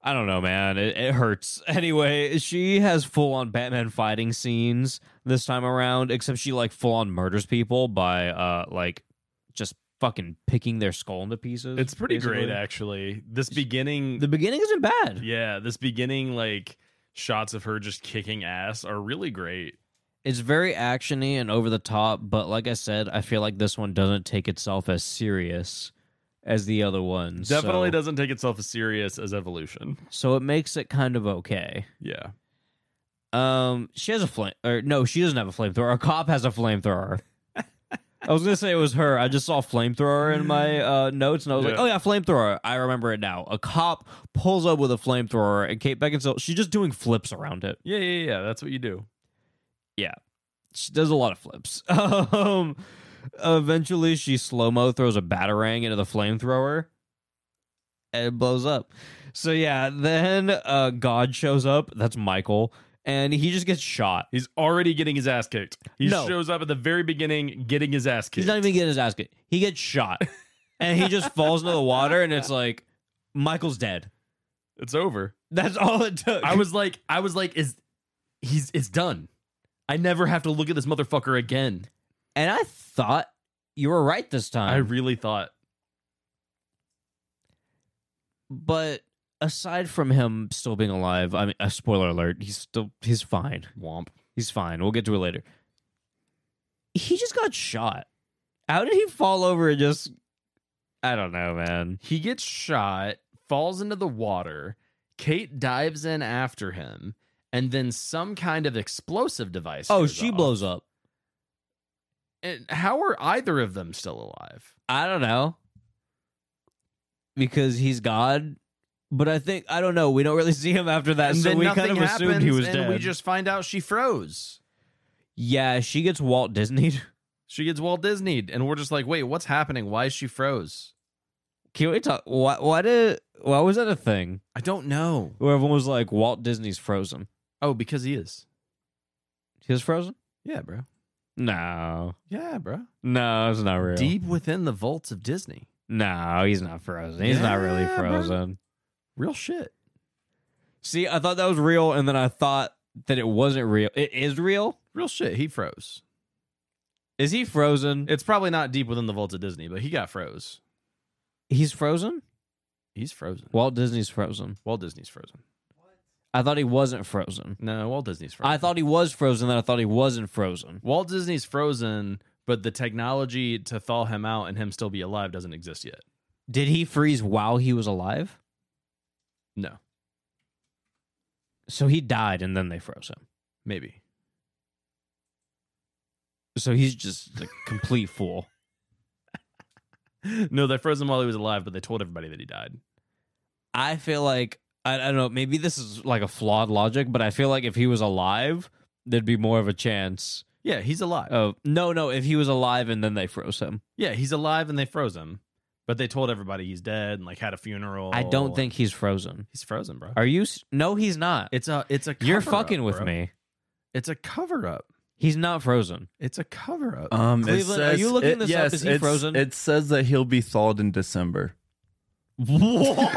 A: I don't know, man. It, it hurts. Anyway, she has full on Batman fighting scenes this time around, except she like full on murders people by uh like just fucking picking their skull into pieces.
E: It's pretty
A: basically.
E: great actually. This beginning,
A: The beginning isn't bad.
E: yeah, this beginning like shots of her just kicking ass are really great.
A: it's very actiony and over the top, but like I said, I feel like this one doesn't take itself as serious as the other ones.
E: Definitely
A: so,
E: doesn't take itself as serious as Evolution.
A: So it makes it kind of okay.
E: Yeah.
A: Um, she has a flame, or no, she doesn't have a flamethrower. A cop has a flamethrower. I was gonna say it was her. I just saw flamethrower in my uh, notes, and I was like,
E: Yeah.
A: "Oh yeah, flamethrower." I remember it now. A cop pulls up with a flamethrower, and Kate Beckinsale. She's just doing flips around it.
E: Yeah, yeah, yeah. That's what you do.
A: she does a lot of flips. Um, eventually, she slow mo throws a batarang into the flamethrower, and it blows up. So yeah, then uh, God shows up. That's Michael, and he just gets shot.
E: He's already getting his ass kicked. He
A: No.
E: shows up at the very beginning getting his ass kicked.
A: He's not even getting his ass kicked. He gets shot, and he just falls into the water, and it's like Michael's dead.
E: it's over.
A: That's all it took.
E: I was like, I was like, is he's it's done. I never have to look at this motherfucker again.
A: and I thought you were right this time.
E: I really thought
A: but aside from him still being alive, I mean, a spoiler alert, he's still he's fine.
E: Womp.
A: He's fine. We'll get to it later. He just got shot. How did he fall over and just I don't know, man.
E: He gets shot, falls into the water. Kate dives in after him, and then some kind of explosive device.
A: Oh,
E: goes
A: she
E: off.
A: blows up.
E: And how are either of them still alive?
A: I don't know. Because he's God. But I think I don't know. We don't really see him after that,
E: And
A: so
E: then
A: we
E: nothing
A: kind of assumed he
E: happens,
A: was
E: and
A: dead.
E: We just find out she froze.
A: yeah, she gets Walt Disney.
E: She gets Walt Disneyed, and we're just like, wait, what's happening? Why is she froze?
A: Can we talk? Why? Why did? Why was that a thing?
E: I don't know.
A: Where everyone was like, Walt Disney's frozen.
E: Oh, because he is.
A: He was frozen.
E: Yeah, bro.
A: No,
E: Yeah, bro.
A: no, it's not real.
E: Deep within the vaults of Disney.
A: No, he's not frozen. He's not really
E: Yeah, bro.
A: frozen.
E: Real shit.
A: See, I thought that was real, and then I thought that it wasn't real. It is real.
E: Real shit. He froze.
A: Is he frozen?
E: It's probably not deep within the vaults of Disney, but he got froze.
A: He's frozen.
E: He's frozen.
A: Walt Disney's frozen.
E: Walt Disney's frozen.
A: I thought he wasn't frozen.
C: No, Walt Disney's frozen.
A: I thought he was frozen, then I thought he wasn't frozen.
C: Walt Disney's frozen, but the technology to thaw him out and him still be alive doesn't exist yet.
A: Did he freeze while he was alive?
C: No,
A: So he died and then they froze him.
C: maybe.
A: So he's just a complete fool.
C: No, they froze him while he was alive, but they told everybody that he died.
A: I feel like I, I don't know. Maybe this is like a flawed logic, but I feel like if he was alive, there'd be more of a chance.
C: Yeah, he's alive.
A: of no, no. If he was alive and then they froze him,
C: Yeah, he's alive and they froze him, but they told everybody he's dead and like had a funeral.
A: I don't think he's frozen.
C: he's frozen, bro.
A: Are you? s- No, he's not.
C: It's a it's a
A: You're
C: cover-up,
A: fucking with
C: bro.
A: me.
C: It's a cover up.
A: He's not frozen.
C: It's a cover up.
B: Um, it
A: Cleveland, are
B: says-
A: you looking
B: it-
A: this up?
B: yes,
A: Is he
B: it's-
A: frozen?
B: It says that he'll be thawed in December.
C: Stop.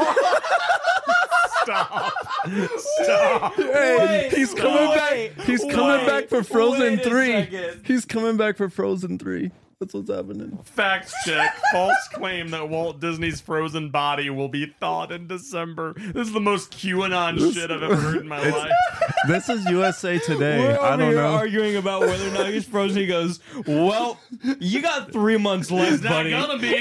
C: Stop.
B: Hey, he's coming
C: no.
B: back. He's coming back for Frozen Three. He's coming back for Frozen Three. That's what's happening.
C: Fact check. False claim that Walt Disney's frozen body will be thawed in December. This is the most QAnon shit I've ever heard in my life.
B: This is USA Today. I don't know.
A: arguing about whether or not he's frozen. He goes, "Well, you got three months left,
C: It's not gonna be.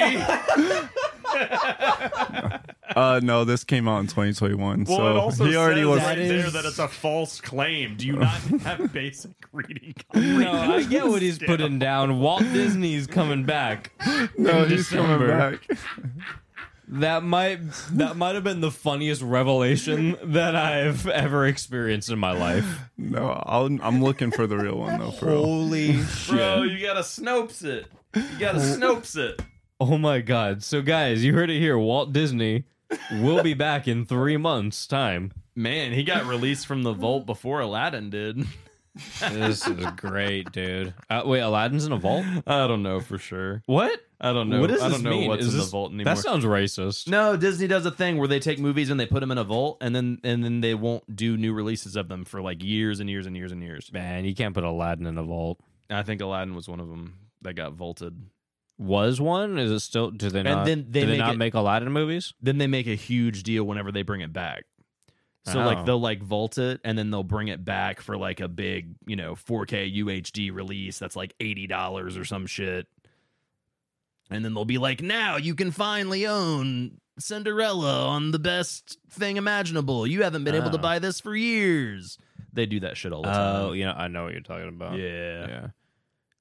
B: uh, no, this came out in 2021,
C: Well, it
B: so
C: also
B: he already
C: says
B: was.
C: right
A: That
C: there
A: is-
C: that it's a false claim. Do you not have basic reading?
A: No, I get what he's putting down. Walt Disney's coming back.
B: no,
A: in
B: he's coming
A: December.
B: back.
A: That might that might have been the funniest revelation that I've ever experienced in my life.
B: No, I'll, I'm looking for the real one though, bro.
A: Holy shit.
C: Bro, Oh, you gotta Snopes it. You gotta Snopes it.
A: Oh my god. So guys, you heard it here. Walt Disney will be back in 3 months time.
C: Man, he got released from the vault before Aladdin did.
A: This is great, dude. Uh, wait, Aladdin's in a vault?
C: I don't know for sure.
A: What?
C: I don't know.
A: what does
C: I
A: this
C: don't know
A: mean?
C: what's
A: Is
C: in
A: this-
C: the vault anymore.
A: That sounds racist.
C: No, Disney does a thing where they take movies and they put them in a vault, and then and then they won't do new releases of
A: Um.
C: them for like years and years and years and years.
A: Man, you can't put Aladdin in a vault.
C: I think Aladdin was one of them that got vaulted.
A: Was one? Is it still? Do they not?
C: then they
A: do they
C: make
A: not
C: it-
A: make Aladdin movies?
C: Then they make a huge deal whenever they bring it back. So
A: Oh.
C: like they'll like vault it and then they'll bring it back for like a big you know 4K UHD release that's like eighty dollars or some shit, and then they'll be like, now you can finally own Cinderella on the best thing imaginable. You haven't been able to
A: Oh.
C: buy this for years. They do that shit all the time.
A: you know, I know what you're talking about.
C: Yeah.
A: Yeah.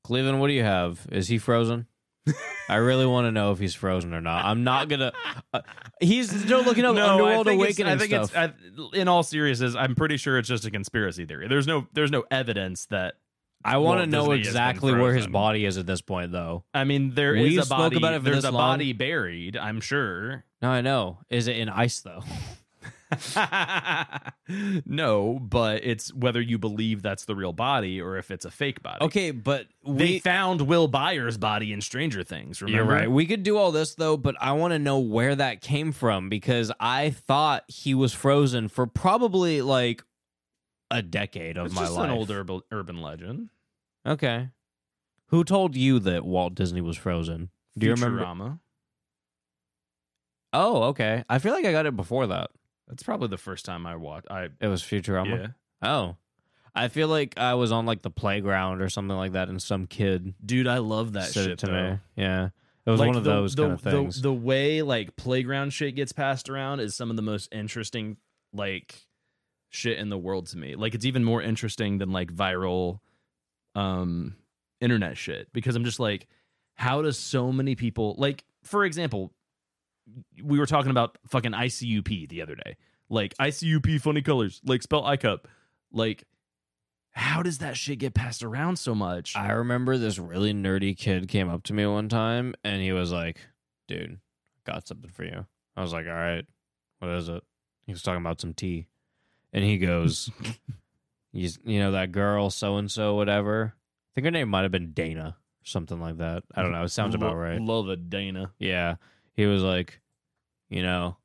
A: Cleveland, what do you have? Is he frozen? I really want to know if he's frozen or not. I'm not gonna. Uh, he's still looking up Underworld Awakening
C: I think
A: stuff.
C: It's, I, in all seriousness, I'm pretty sure it's just a conspiracy theory. There's no, there's no evidence that.
A: I want to
C: Walt
A: know
C: Disney has been
A: exactly where his
C: frozen.
A: body is at this point, though.
C: I mean, there is
A: We
C: a
A: spoke
C: body.
A: about it for
C: there's
A: this
C: a
A: long.
C: body buried. I'm sure.
A: No, I know. Is it in ice though?
C: no, but it's whether you believe that's the real body or if it's a fake body.
A: Okay, but
C: They
A: we.
C: found Will Byers' body in Stranger Things. Remember?
A: You're right. We could do all this though, but I want to know where that came from because I thought he was frozen for probably like a decade of
C: It's
A: my
C: just
A: life.
C: an old urban, urban legend.
A: Okay. Who told you that Walt Disney was frozen? Do you remember?
C: Futurama.
A: Oh, okay. I feel like I got it before that.
C: That's probably the first time I watched. I
A: It was Futurama.
C: yeah.
A: Oh. I feel like I was on like the playground or something like that and some kid
C: Dude, I love that
A: said
C: shit
A: it to
C: though.
A: me. Yeah. It was
C: Like,
A: one of
C: the-
A: those
C: the,
A: kind of
C: the-
A: things.
C: The, way like playground shit gets passed around is some of the most interesting like shit in the world to me. Like it's even more interesting than like viral um internet shit because I'm just like how does so many people like for example we were talking about fucking ICUP the other day. Like ICUP funny colors, like spell ICUP. Like how does that shit get passed around so much?
A: I remember this really nerdy kid came up to me one time and he was like, dude, got something for you. I was like, all right, what is it? He was talking about some tea. And he goes, you, you know, that girl, so and so, whatever. I think her name might have been Dana, something like that. I don't know. It sounds about
C: Lo-
A: right.
C: Love it, Dana.
A: Yeah. He was like, you know,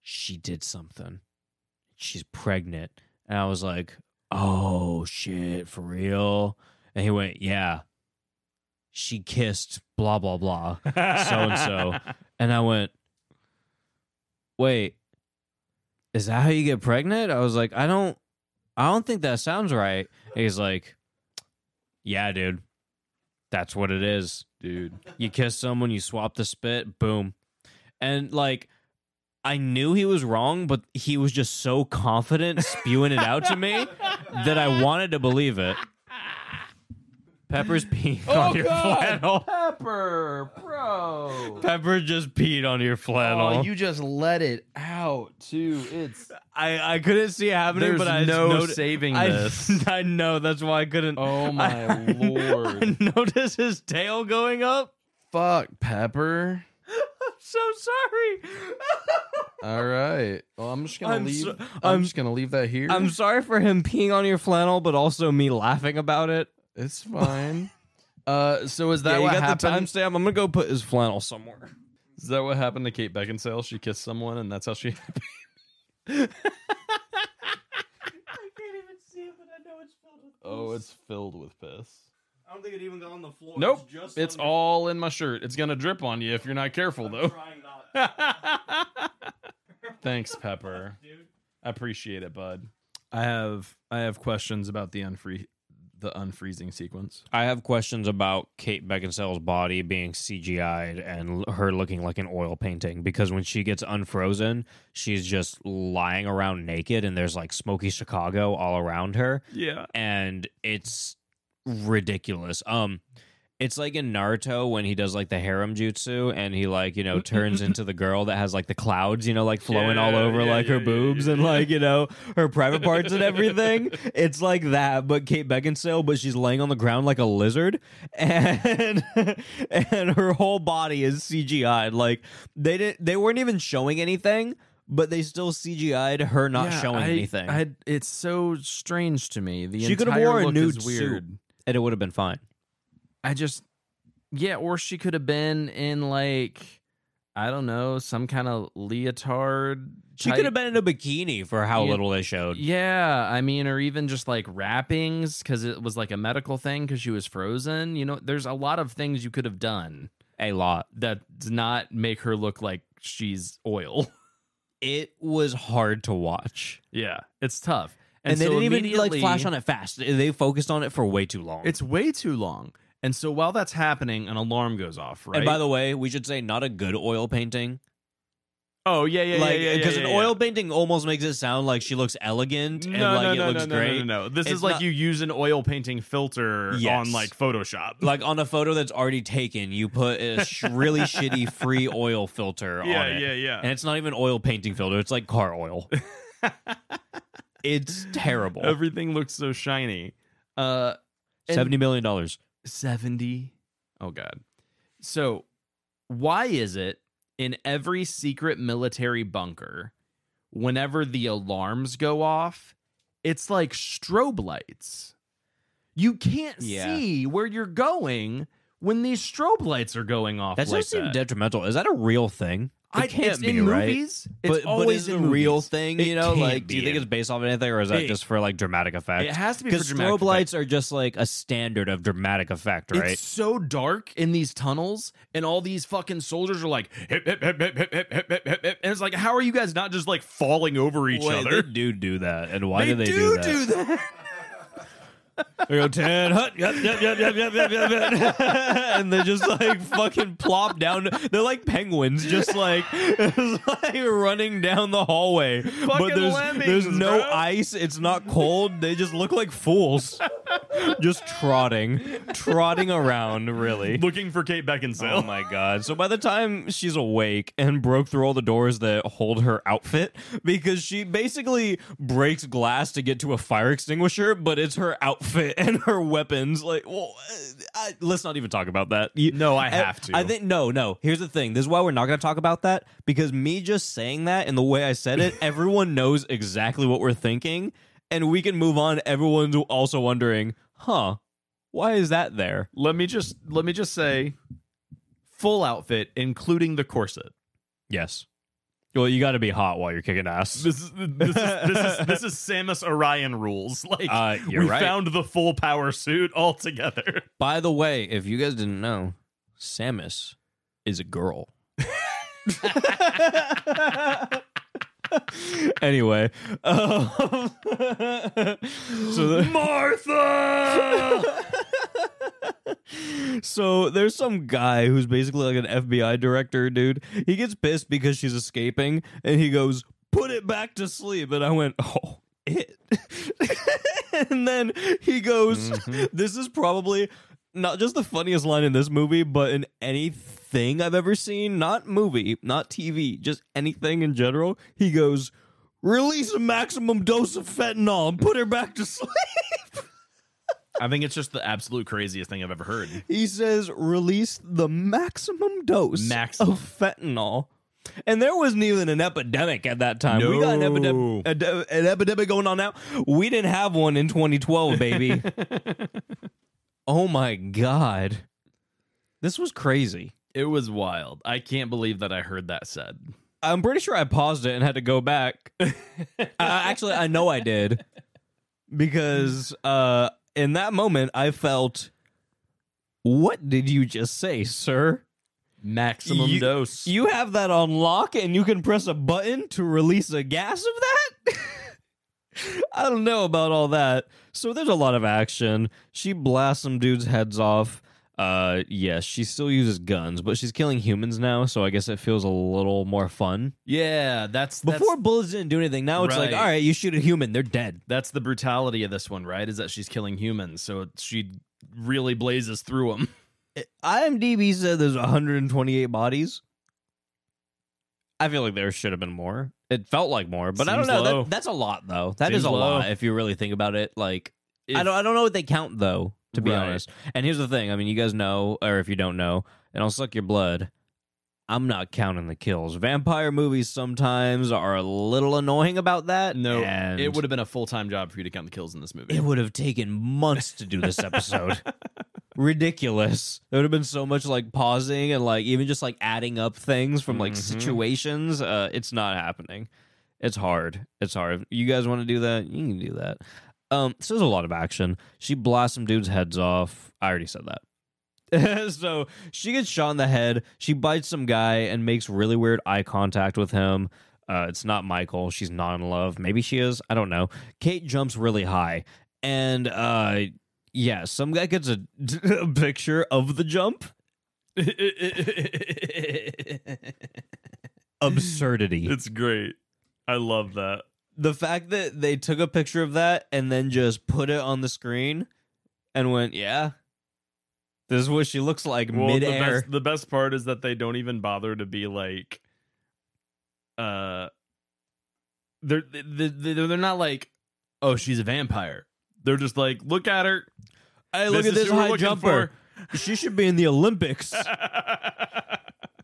A: she did something. She's pregnant. And I was like, oh shit, for real? And he went, yeah. She kissed blah, blah, blah.
C: so
A: and so. And I went, wait, is that how you get pregnant? I was like, I don't, I don't think that sounds right. And he's like, yeah, dude, that's what it is, dude. You kiss someone, you swap the spit, boom, and like. I knew he was wrong, but he was just so confident spewing it out to me that I wanted to believe it. Pepper's peeing
C: Oh,
A: on your flannel.
F: Oh, Pepper, bro.
A: Pepper just peed on your flannel.
F: Oh, you just let it out too. It's
A: I, I couldn't see it happening,
C: There's
A: but I
C: no
A: noticed-
C: saving
A: I,
C: this.
A: I know that's why I couldn't.
F: oh my
A: I,
F: lord.
A: I noticed his tail going up.
F: Fuck, Pepper.
A: So sorry.
F: All right. Well, I'm just gonna
A: I'm
F: leave.
A: so-
F: I'm,
A: I'm-
F: just gonna leave that here.
A: I'm sorry for him peeing on your flannel, but also me laughing about it.
F: it's fine. uh, so is that
A: yeah, you
F: what
A: got
F: happened?
A: the timestamp. I'm gonna go put his flannel somewhere.
C: Is that what happened to Kate Beckinsale? She kissed someone, and that's how she. Oh, it's filled with piss.
A: I don't think it even got on the floor.
C: Nope, it's, all in my shirt. It's gonna drip on you if you're not careful, though. Thanks, Pepper. I appreciate it, bud. I have I have questions about the unfree the unfreezing sequence.
A: I have questions about Kate Beckinsale's body being CGI'd and l- her looking like an oil painting because when she gets unfrozen, she's just lying around naked and there's like smoky Chicago all around her
C: Yeah.
A: and it's ridiculous. Um it's like in Naruto when he does like the harem jutsu and he like, you know, turns into the girl that has like the clouds, you know, like flowing all
C: Mm-hmm. Yeah,
A: over
C: yeah,
A: like her
C: yeah, yeah,
A: boobs
C: yeah,
A: and
C: yeah.
A: like, you know, her private parts and everything. It's like that, but Kate Beckinsale, but she's laying on the ground like a lizard and and her whole body is CGI'd. Like they didn't they weren't even showing anything, but they still CGI'd her not showing anything.
C: it's so strange to me. The
A: She
C: she could
A: could've
C: have
A: wore
C: wore
A: a
C: a
A: nude
C: nude weird.
A: and it would have been fine.
C: I just yeah, or she could have been in like I don't know, some kind of leotard.
A: She
C: type-
A: could have been in a bikini for how
C: Yeah.
A: little they showed.
C: Yeah, I mean, or even just like wrappings because it was like a medical thing because she was frozen. You know, there's a lot of things you could have done
A: A lot.
C: that does not make her look like she's oil.
A: It was hard to watch.
C: yeah, it's tough.
A: And, they
C: so
A: didn't even like flash
C: immediately-
A: on it fast. They focused on it for way too long.
C: It's way too long. And so while that's happening, an alarm goes off, right?
A: And by the way, we should say not a good oil painting.
C: oh yeah, yeah,
A: like
C: yeah, yeah,
A: because
C: yeah,
A: an
C: yeah.
A: oil painting almost makes it sound like she looks elegant and
C: no,
A: like
C: no,
A: it
C: no,
A: looks
C: no,
A: great.
C: No, no, no. This
A: It's
C: is like
A: not-
C: you use an oil painting filter
A: Yes.
C: on like Photoshop.
A: Like on a photo that's already taken, you put a sh- really shitty free oil filter
C: yeah,
A: on it.
C: yeah, yeah.
A: And it's not even oil painting filter, it's like car oil. it's terrible.
C: Everything looks so shiny. Uh, and-
A: $70 million. dollars.
C: 70. Oh, God. So, why is it in every secret military bunker, whenever the alarms go off, it's like strobe lights? You can't
A: Yeah.
C: see where you're going when these strobe lights are going off.
A: That
C: like
A: does seem
C: that.
A: detrimental. Is that a real thing?
C: I-
A: It can't
C: it's
A: be,
C: in
A: right?
C: movies. It's
A: But, but
C: always
A: is it a
C: in
A: real
C: movies.
A: thing?
C: It
A: You know,
C: can't
A: like, do you
C: be
A: think
C: in-
A: it's based off anything, or is that
C: It-
A: just for like dramatic effect?
C: It has to be for
A: because
C: dramatic
A: strobe
C: effect.
A: lights are just like a standard of dramatic effect, right?
C: It's so dark in these tunnels, and all these fucking soldiers are like, hip, hip, hip, hip, hip, hip, hip, hip, hip, hip. and it's like, how are you guys not just like falling over each
A: Wait,
C: other?
A: They do do that, and why
C: They
A: do they
C: do
A: that?
C: do
A: They go Ted Hut, yup, yup, yup, yup, yup, yup, yup, yup." and they just like fucking plop down. They're like penguins, just like, it's like running down the hallway. but there's
C: lemmings,
A: there's no
C: bro.
A: ice. It's not cold. They just look like fools, just trotting, trotting around. Really.
C: Looking for Kate
A: Oh
C: Beckinsale.
A: my god. So by the time she's awake and broke through all the doors that hold her outfit because she basically breaks glass to get to a fire extinguisher, but it's her outfit and her weapons like well, I, let's not even talk about that. You-
C: No, I have to.
A: I think no, no. Here's the thing. This is why we're not going to talk about that because me just saying that and the way I said it, everyone knows exactly what we're thinking and we can move on. Everyone's also wondering, "Huh, why is that there?"
C: Let me just let me just say, full outfit, including the corset.
A: Yes. Well, you got to be hot while you're kicking ass.
C: This is this is this is, this is Samus Orion rules. Like
A: Uh, you're
C: we
A: right.
C: found the full power suit altogether.
A: By the way, if you guys didn't know, Samus is a girl. anyway, um, so the- Martha. so there's some guy who's basically like an FBI director, dude. He gets pissed because she's escaping, and he goes, "Put it back to sleep." And I went, "Oh." It. and then he goes, This is probably not just the funniest line in this movie, but in anything I've ever seen, not movie, not TV, just anything in general, he goes, Release a maximum dose of fentanyl and put her back to sleep.
C: I think it's just the absolute craziest thing I've ever heard.
A: He says, Release the maximum dose
C: Maximum.
A: of fentanyl. And there wasn't even an epidemic at that time. We got an, epidemic, an epidemic going on now. We didn't have one in 2012, baby. oh my God. This was crazy.
C: It was wild. I can't believe that I heard that said.
A: I'm pretty sure I paused it and had to go back. uh, actually, I know I did because uh, in that moment I felt, "What did you just say, sir?
C: Maximum
A: You-
C: dose.
A: You have that on lock, and you can press a button to release a gas of that." I don't know about all that. So there's a lot of action. She blasts some dudes' heads off. Uh, yes, she still uses guns, but she's killing humans now, so I guess it feels a little more fun.
C: yeah, that's that's-
A: Before bullets didn't do anything. Now it's like,
C: Right.
A: all right, you shoot a human, they're dead.
C: That's the brutality of this one, right? Is that she's killing humans, so she really blazes through them.
A: IMDb said there's 128 bodies. I feel like there should have been more. It felt like more, but I don't
C: Seems
A: know.
C: low.
A: That, that's a lot, though. That is
C: Seems
A: a lot
C: low.
A: if you really think about it. Like, I
C: If-
A: don't, I don't know what they count though. To be
C: Right.
A: honest. And here's the thing. I mean, you guys know, or if you don't know, and I'll suck your blood. I'm not counting the kills. Vampire movies sometimes are a little annoying about that.
C: No,
A: and
C: it would have been a full time job for you to count the kills in this movie.
A: It would have taken months to do this episode. Ridiculous. There would have been so much like pausing and like even just like adding up things from like situations. Uh, it's not happening. It's hard. It's hard. You guys want to do that? You can do that. Um, so there's a lot of action. She blasts some dude's heads off. I already said that. so she gets shot in the head. She bites some guy and makes really weird eye contact with him. Uh, it's not Michael. She's not in love. Maybe she is. I don't know. Kate jumps really high, and uh, yeah, some guy gets a, a picture of the jump. Absurdity
C: it's great. I love that.
A: the fact that they took a picture of that and then just put it on the screen and went, yeah, this is what she looks like
C: Well, the
A: midair.
C: best, the best part is that they don't even bother to be like, uh, they're they're, they're they're not like, oh, she's a vampire. They're just like, look at her.
A: Hey, look at
C: is
A: this
C: who we're
A: high
C: looking
A: jumper. She should be in the Olympics.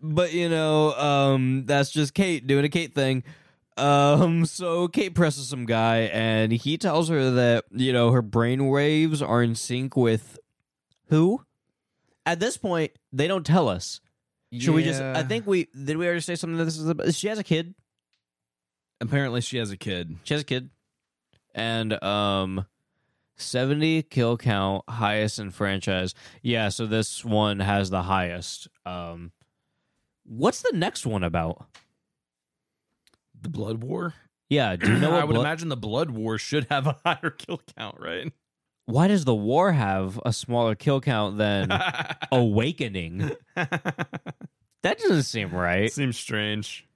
A: but you know, um, that's just Kate doing a Kate thing. Um, so Kate presses some guy, and he tells her that you know her brain waves are in sync with who? At this point, they don't tell us. Should we just? I
F: Yeah.
A: think we did. We already say something. That this is about? She has a kid.
C: Apparently, she has a kid.
A: She has a kid, and um, seventy kill count, highest in franchise. Yeah, so this one has the highest. Um, what's the next one about?
C: The blood war.
A: Yeah, do you know
C: I
A: what?
C: would
A: blo-
C: imagine the blood war should have a higher kill count, right?
A: Why does the war have a smaller kill count than oh, Awakening? That doesn't seem right.
C: Seems strange.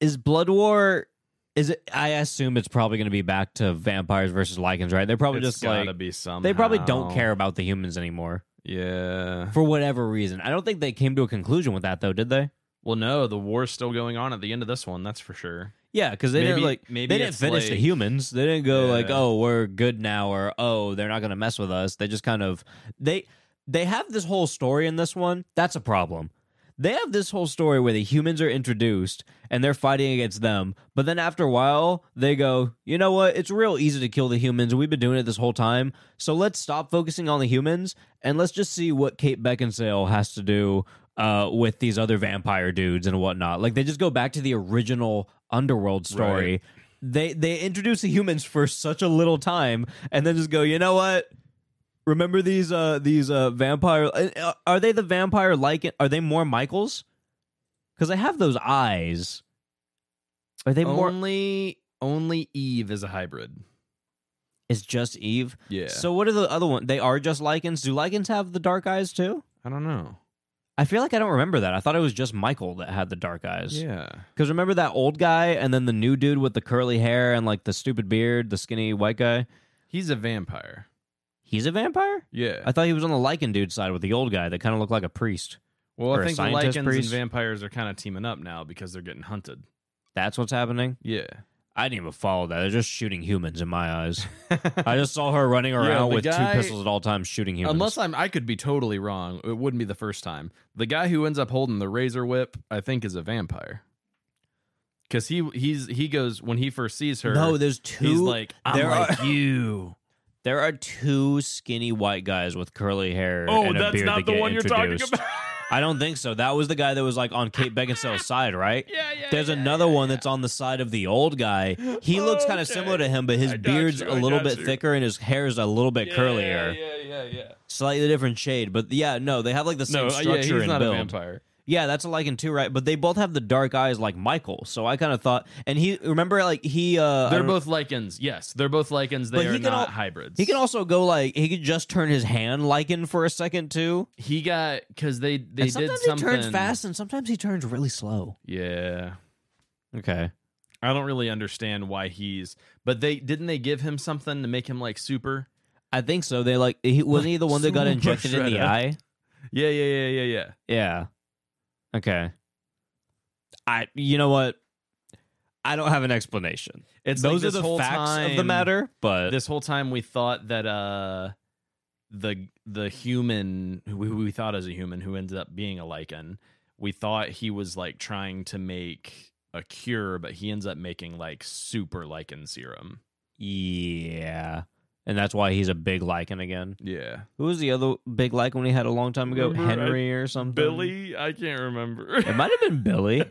A: Is Blood War? Is it? I assume it's probably going to be back to vampires versus lichens, right? They're probably
C: It's
A: just
C: gotta
A: like
C: be somehow.
A: they probably don't care about the humans anymore.
C: Yeah.
A: for whatever reason. I don't think they came to a conclusion with that though, did they?
C: Well, no, the war's still going on at the end of this one. That's for sure.
A: Yeah, because they didn't
C: Maybe-
A: like
C: maybe
A: they didn't
C: it's
A: finish the
C: like-
A: humans. They didn't go like,
C: Yeah.
A: oh, we're good now, or oh, they're not gonna mess with us. They just kind of they they have this whole story in this one. That's a problem. They have this whole story where the humans are introduced and they're fighting against them, but then after a while they go, you know what? It's real easy to kill the humans. We've been doing it this whole time, so let's stop focusing on the humans and let's just see what Kate Beckinsale has to do uh, with these other vampire dudes and whatnot. Like they just go back to the original underworld story. They they introduce the humans for such a little time and then just go, you know what? Remember these uh these uh vampire uh, are they the vampire like are they more Michaels? Because they have those eyes. Are they
C: Oh.
A: more?
C: Only only Eve is a hybrid.
A: It's just Eve.
C: Yeah.
A: So what are the other ones? They are just lichens. Do lichens have the dark eyes too?
C: I don't know.
A: I feel like I don't remember that. I thought it was just Michael that had the dark eyes.
C: Yeah.
A: Because remember that old guy and then the new dude with the curly hair and like the stupid beard, the skinny white guy?
C: He's a vampire.
A: He's a vampire?
C: Yeah.
A: I thought he was on the lichen dude side with the old guy that kind of looked like a priest.
C: well,
A: or a
C: I think the
A: scientist
C: lichens and
A: priest.
C: vampires are kind of teaming up now because they're getting hunted.
A: That's what's happening.
C: Yeah.
A: I didn't even follow that. They're just shooting humans in my eyes. I just saw her running around
C: the
A: with
C: guy-
A: two pistols at all times shooting humans.
C: Unless I'm I could be totally wrong. It wouldn't be the first time. The guy who ends up holding the razor whip, I think is a vampire. Cuz he he's he goes when he first sees her.
A: No, there's two.
C: he's like I'm
A: there
C: like
A: are
C: you.
A: there are two skinny white guys with curly hair.
C: Oh,
A: and a beard that get introduced. I don't think so. That was the guy that was like on Kate Beckinsale's side, right?
C: Yeah, yeah.
A: There's another one that's on the side of the old guy. He looks kind of similar to him, but his beard's a little bit thicker and his hair is a little bit curlier,
C: Yeah, yeah, yeah.
A: slightly different shade. But yeah, no, they have like the same
C: No, uh,
A: structure
C: yeah, he's
A: and
C: not
A: build.
C: a vampire.
A: Yeah, that's a Lycan too, right? But they both have the dark eyes like Michael. So I kind of thought, and he remember like he uh I
C: They're
A: don't-
C: both lichens. Yes, they're both lichens. They
A: But he
C: are
A: can
C: not
A: al-
C: hybrids.
A: He can also go like he could just turn his hand Lycan for a second too.
C: he got because they they
A: and
C: did
A: sometimes
C: something.
A: he turns fast and sometimes he turns really slow.
C: Yeah,
A: Okay.
C: I don't really understand why he's. But they didn't they give him something to make him like super.
A: I think so. They like he wasn't he the one that got
C: Super
A: injected in the
C: shredder.
A: eye?
C: Yeah, yeah, yeah, yeah, yeah.
A: Yeah. Okay. I you know what? I don't have an explanation.
C: It's
A: Those
C: like
A: are
C: this
A: the
C: whole
A: facts of the
C: time-
A: matter, but
C: This whole time we thought that uh the the human who we- we thought as a human who ended up being a lichen, we thought he was like trying to make a cure, but he ends up making like super lichen serum.
A: yeah. And that's why he's a big Lycan again.
C: Yeah.
A: Who was the other big Lycan we had a long time ago?
C: Remember, I-
A: Henry or something?
C: Billy, I can't remember.
A: It might have been Billy.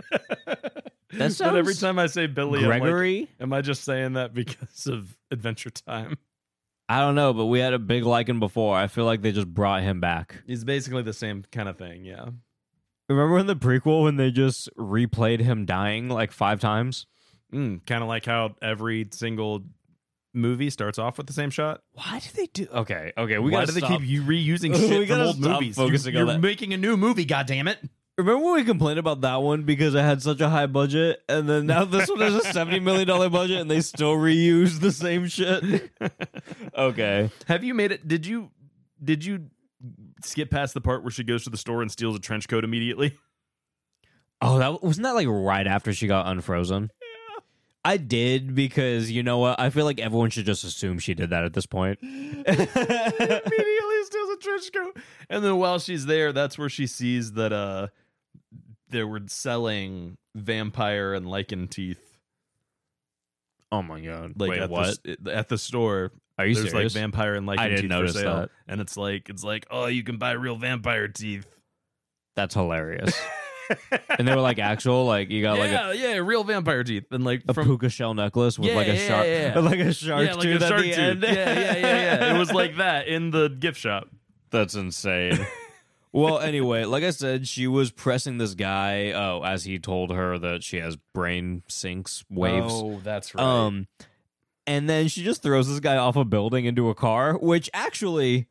C: That
A: sounds-
C: but every time I say Billy, I'm like,
A: Gregory?
C: am I just saying that because of Adventure Time?
A: I don't know, but we had a big Lycan before. I feel like they just brought him back.
C: It's basically the same kind of thing, yeah.
A: Remember in the prequel when they just replayed him dying like five times?
C: Mm, kind of like how every single movie starts off with the same shot.
A: Why did they do? Okay, okay, we
C: Why
A: gotta
C: do they
A: stop.
C: keep you reusing
A: We
C: shit from
A: gotta
C: old
A: stop
C: movies?
A: focusing
C: you're
A: on that.
C: making a new movie, goddammit.
A: Remember when we complained about that one because it had such a high budget, and then now this one has a seventy million dollar budget, and they still reuse the same shit? okay,
C: Have you made it? Did you did you skip past the part where she goes to the store and steals a trench coat immediately?
A: Oh, that wasn't that like right after she got unfrozen. Yeah. I did because you know what? I feel like everyone should just assume she did that at this point.
C: immediately steals a trench coat. And then while she's there, that's where she sees that uh they were selling vampire and lichen teeth
A: oh my god!
C: like
A: Wait,
C: at,
A: what?
C: The, at the store.
A: Are you
C: There's
A: serious?
C: like vampire and lichen
A: I didn't
C: teeth
A: notice
C: for sale.
A: that.
C: And it's like it's like, "Oh, you can buy real vampire teeth."
A: That's hilarious. and they were like actual, like you got like a,
C: yeah, yeah, real vampire teeth. And like
A: a
C: from
A: puka shell necklace with
C: Yeah,
A: like a
C: yeah,
A: shark,
C: yeah, yeah.
A: like a shark
C: yeah, like
A: tooth
C: a
A: at
C: shark
A: the
C: tooth.
A: end.
C: Yeah, yeah, yeah, yeah. It was like that in the gift shop.
A: That's insane. well, anyway, like I said, she was pressing this guy. Oh, as he told her that she has brain sinks waves.
C: oh, that's
A: Um, and then she just throws this guy off a building into a car, which actually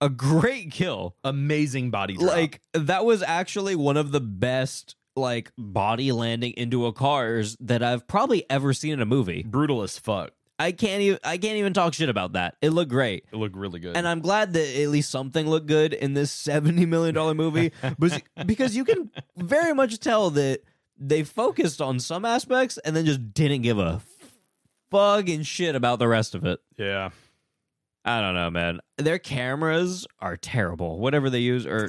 A: a great kill.
C: amazing body drop.
A: Like that was actually one of the best like body landing into a cars that I've probably ever seen in a movie.
C: brutal as fuck.
A: I can't even I can't even talk shit about that. It looked great.
C: It looked really good.
A: And I'm glad that at least something looked good in this $70 million movie because- because you can very much tell that they focused on some aspects and then just didn't give a fucking shit about the rest of it.
C: yeah.
A: I don't know, man. Their cameras are terrible. Whatever they use, or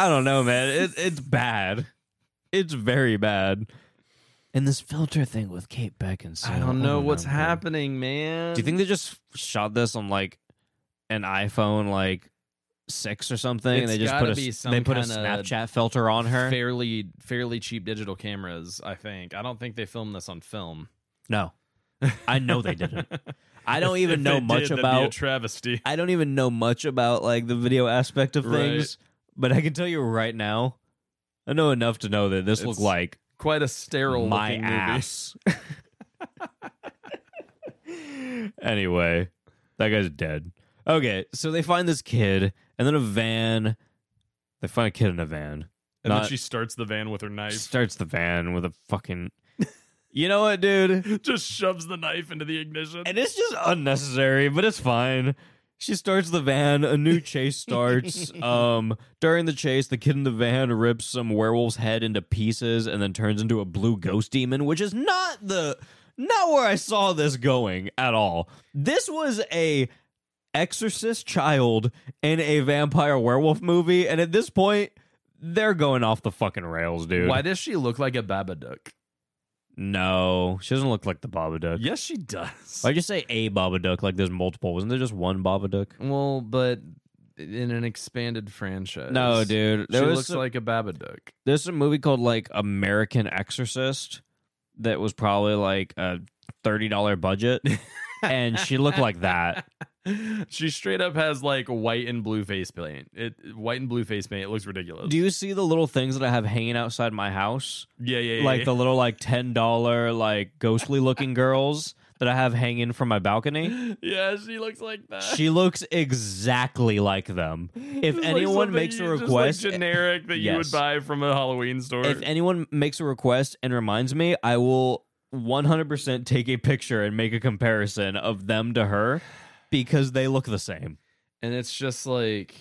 A: I don't know, man. It, it's bad. It's very bad. And this filter thing with Kate Beckinsale. Oh,
C: I don't know what's
A: man.
C: happening, man.
A: Do you think they just shot this on like an iPhone, like six or something? and
C: It's
A: they just
C: gotta
A: put a
C: be some
A: they put a
C: kinda
A: Snapchat filter on her.
C: fairly fairly cheap digital cameras? I think. I don't think they filmed this on film.
A: no, I know they didn't. I don't
C: If-
A: even
C: if
A: know
C: they
A: much
C: did, that'd be a
A: about.
C: travesty.
A: I don't even know much about like the video aspect of
C: Right.
A: things, but I can tell you right now, I know enough to know that this
C: It's
A: looked like
C: quite a sterile
A: my
C: looking movie.
A: ass. anyway, that guy's dead. Okay, so they find this kid, and then a van. They find a kid in a van.
C: And
A: Not-
C: then she starts the van with her knife.
A: Starts the van with a fucking. You know what, dude?
C: Just shoves the knife into the ignition.
A: And it's just unnecessary, but it's fine. She starts the van. A new chase starts. um, during the chase, the kid in the van rips some werewolf's head into pieces and then turns into a blue ghost demon, which is not the not where I saw this going at all. This was a exorcist child in a vampire werewolf movie, and at this point, they're going off the fucking rails, dude.
E: Why does she look like a Babadook?
A: No, she doesn't look like the Babadook.
C: yes, she does.
A: I just say a Babadook like there's multiple. Wasn't there just one Babadook?
F: Well, but in an expanded franchise.
A: No, dude. There
F: she
A: was
F: looks
A: some-
F: like a Babadook.
A: there's a movie called like American Exorcist that was probably like a thirty dollar budget, and she looked like that.
C: she straight up has like white and blue face paint. It white and blue face paint. It looks ridiculous.
A: Do you see the little things that I have hanging outside my house?
C: yeah, yeah, yeah.
A: Like
C: yeah.
A: the little like ten dollar like ghostly looking girls that I have hanging from my balcony.
C: yeah, she looks like that.
A: She looks exactly like them. If
C: Just like
A: anyone
C: something
A: makes a
C: you- just, like,
A: request,
C: generic that you
A: Yes.
C: would buy from a Halloween store.
A: if anyone makes a request and reminds me, I will 100% take a picture and make a comparison of them to her because they look the same.
F: And it's just like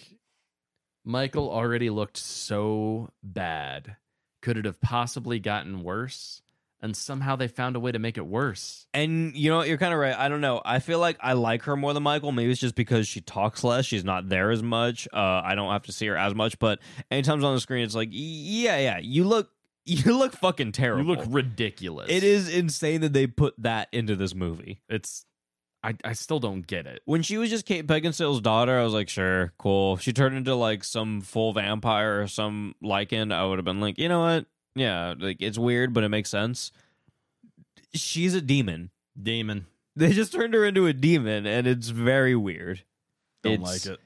C: Michael already looked so bad. Could it have possibly gotten worse? And somehow they found a way to make it worse.
A: And you know, what? you're kind of right. I don't know. I feel like I like her more than Michael. Maybe it's just because she talks less. She's not there as much. Uh, I don't have to see her as much. But anytime she's on the screen, it's like, yeah, yeah, you look, you look fucking terrible.
C: You look ridiculous.
A: It is insane that they put that into this movie.
C: It's. I, I still don't get it.
A: when she was just Kate Beckinsale's daughter, I was like, sure, cool. If She turned into like some full vampire or some lichen. I would have been like, you know what? Yeah, like it's weird, but it makes sense. She's a demon.
C: Damon.
A: They just turned her into a demon, and it's very weird.
C: Don't
A: It's-
C: like it.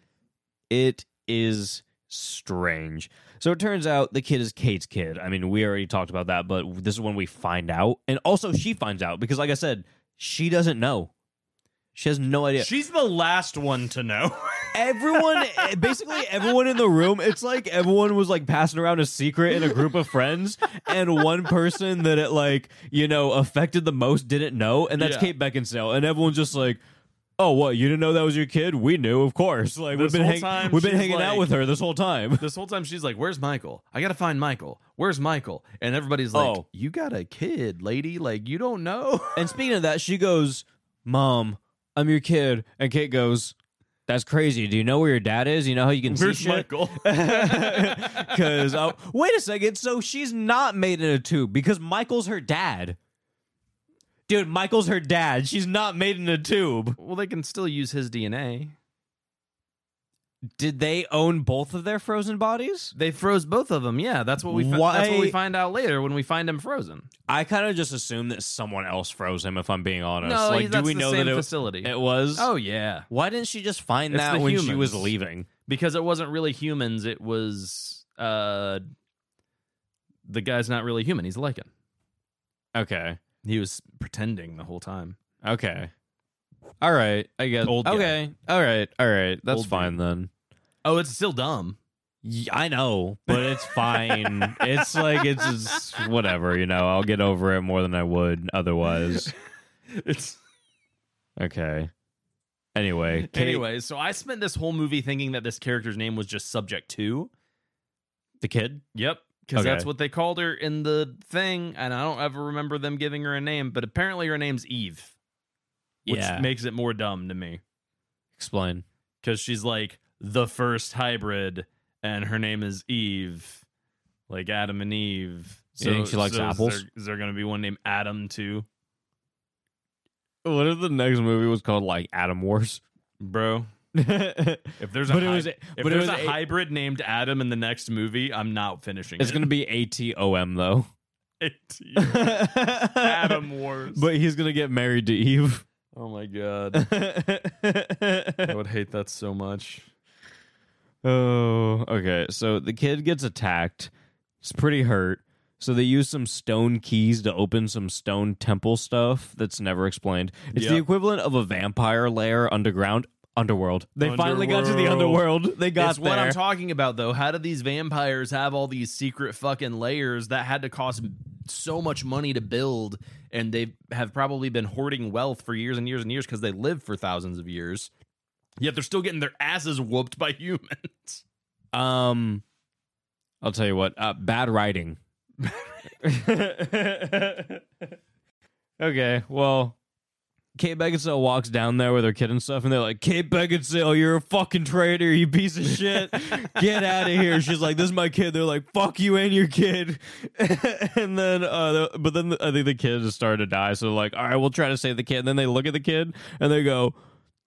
A: It is strange. So it turns out the kid is Kate's kid. I mean, we already talked about that, but this is when we find out, and also she finds out because, like I said, she doesn't know. She has no idea.
C: She's the last one to know.
A: everyone eh, basically everyone in the room it's like everyone was like passing around a secret in a group of friends and one person that it like you know affected the most didn't know and that's
C: Yeah.
A: kate beckinsale and everyone's just like oh what you didn't know that was your kid we knew of course like
C: This
A: we've been,
C: whole
A: hang-
C: time
A: we've been
C: she's
A: hanging out
C: like-
A: with her this whole time
C: this whole time she's like, "Where's Michael? I gotta find Michael. Where's Michael?" And everybody's like,
A: Oh.
C: "You got a kid, lady. Like you don't know."
A: and speaking of that she goes mom i'm your kid and kate goes that's crazy. Do you know where your dad is? You know how you can see shit. Because uh, wait a second, so she's not made in a tube because Michael's her dad. Dude, Michael's her dad. She's not made in a tube.
C: well, they can still use his DNA.
A: Did they own both of their frozen bodies?
C: They froze both of them. Yeah, that's what we. fi- that's what
A: Why-
C: we find out later when we find them frozen.
A: I kind of just assumed that someone else froze him. If I'm being honest,
C: no,
A: like, do
C: that's
A: we
C: the
A: know
C: same
A: that it,
C: facility?
A: it was?
C: oh yeah,
A: why didn't she just find
C: It's
A: that
C: the
A: when she was
C: humans.
A: leaving?
C: because it wasn't really humans. It was uh, the guy's not really human. He's a lichen.
A: Okay,
C: He was pretending the whole time.
A: okay, all right. I guess.
C: Old guy.
A: okay, all right, all right. That's
C: Old dude.
A: fine then.
C: Oh, it's still dumb.
A: Y- I know, but it's fine. it's like it's, it's whatever, you know. I'll get over it more than I would otherwise.
C: It's
A: Okay. Anyway, Kate,
C: anyway. So I spent this whole movie thinking that this character's name was just Subject Two.
A: the kid.
C: Yep, because
A: Okay.
C: that's what they called her in the thing, and I don't ever remember them giving her a name. But apparently, her name's Eve, which
A: Yeah.
C: makes it more dumb to me
A: Explain.
C: because she's like the first hybrid, and her name is Eve, like Adam and Eve.
A: You think she likes
C: is
A: apples?
C: there- Is there, going to be one named Adam too,
A: What if the next movie was called like Adam Wars?
C: bro?
A: but
C: If there's a
A: it
C: hy-
A: was.
C: if
A: but it
C: there's
A: was.
C: a
A: A-
C: hybrid named Adam in the next movie, I'm not finishing.
A: it's
C: it.
A: gonna be A T O M though.
C: Adam Wars.
A: But he's gonna get married to Eve.
C: oh my god, I
A: oh,
C: would hate that so much.
A: Oh, okay. So the kid gets attacked. It's pretty hurt. So they use some stone keys to open some stone temple stuff that's never explained. It's the
C: Yep.
A: equivalent of a vampire lair underground underworld. They finally got to the
C: Underworld.
A: underworld. They got
C: That's
A: there.
C: what I'm talking about, though. How do these vampires have all these secret fucking layers that had to cost so much money to build, and they have probably been hoarding wealth for years and years and years because they lived for thousands of years. Yet they're still getting their asses whooped by humans.
A: Um, I'll tell you what. Uh, bad writing. okay, well, Kate Beckinsale walks down there with her kid and stuff, and they're like, "Kate Beckinsale, you're a fucking traitor, you piece of shit. Get out of here." She's like, "This is my kid." They're like, "Fuck you and your kid." and then, uh, the- but then the, I think the kid is starting to die, so they're like, "All right, we'll try to save the kid." And then they look at the kid and they go,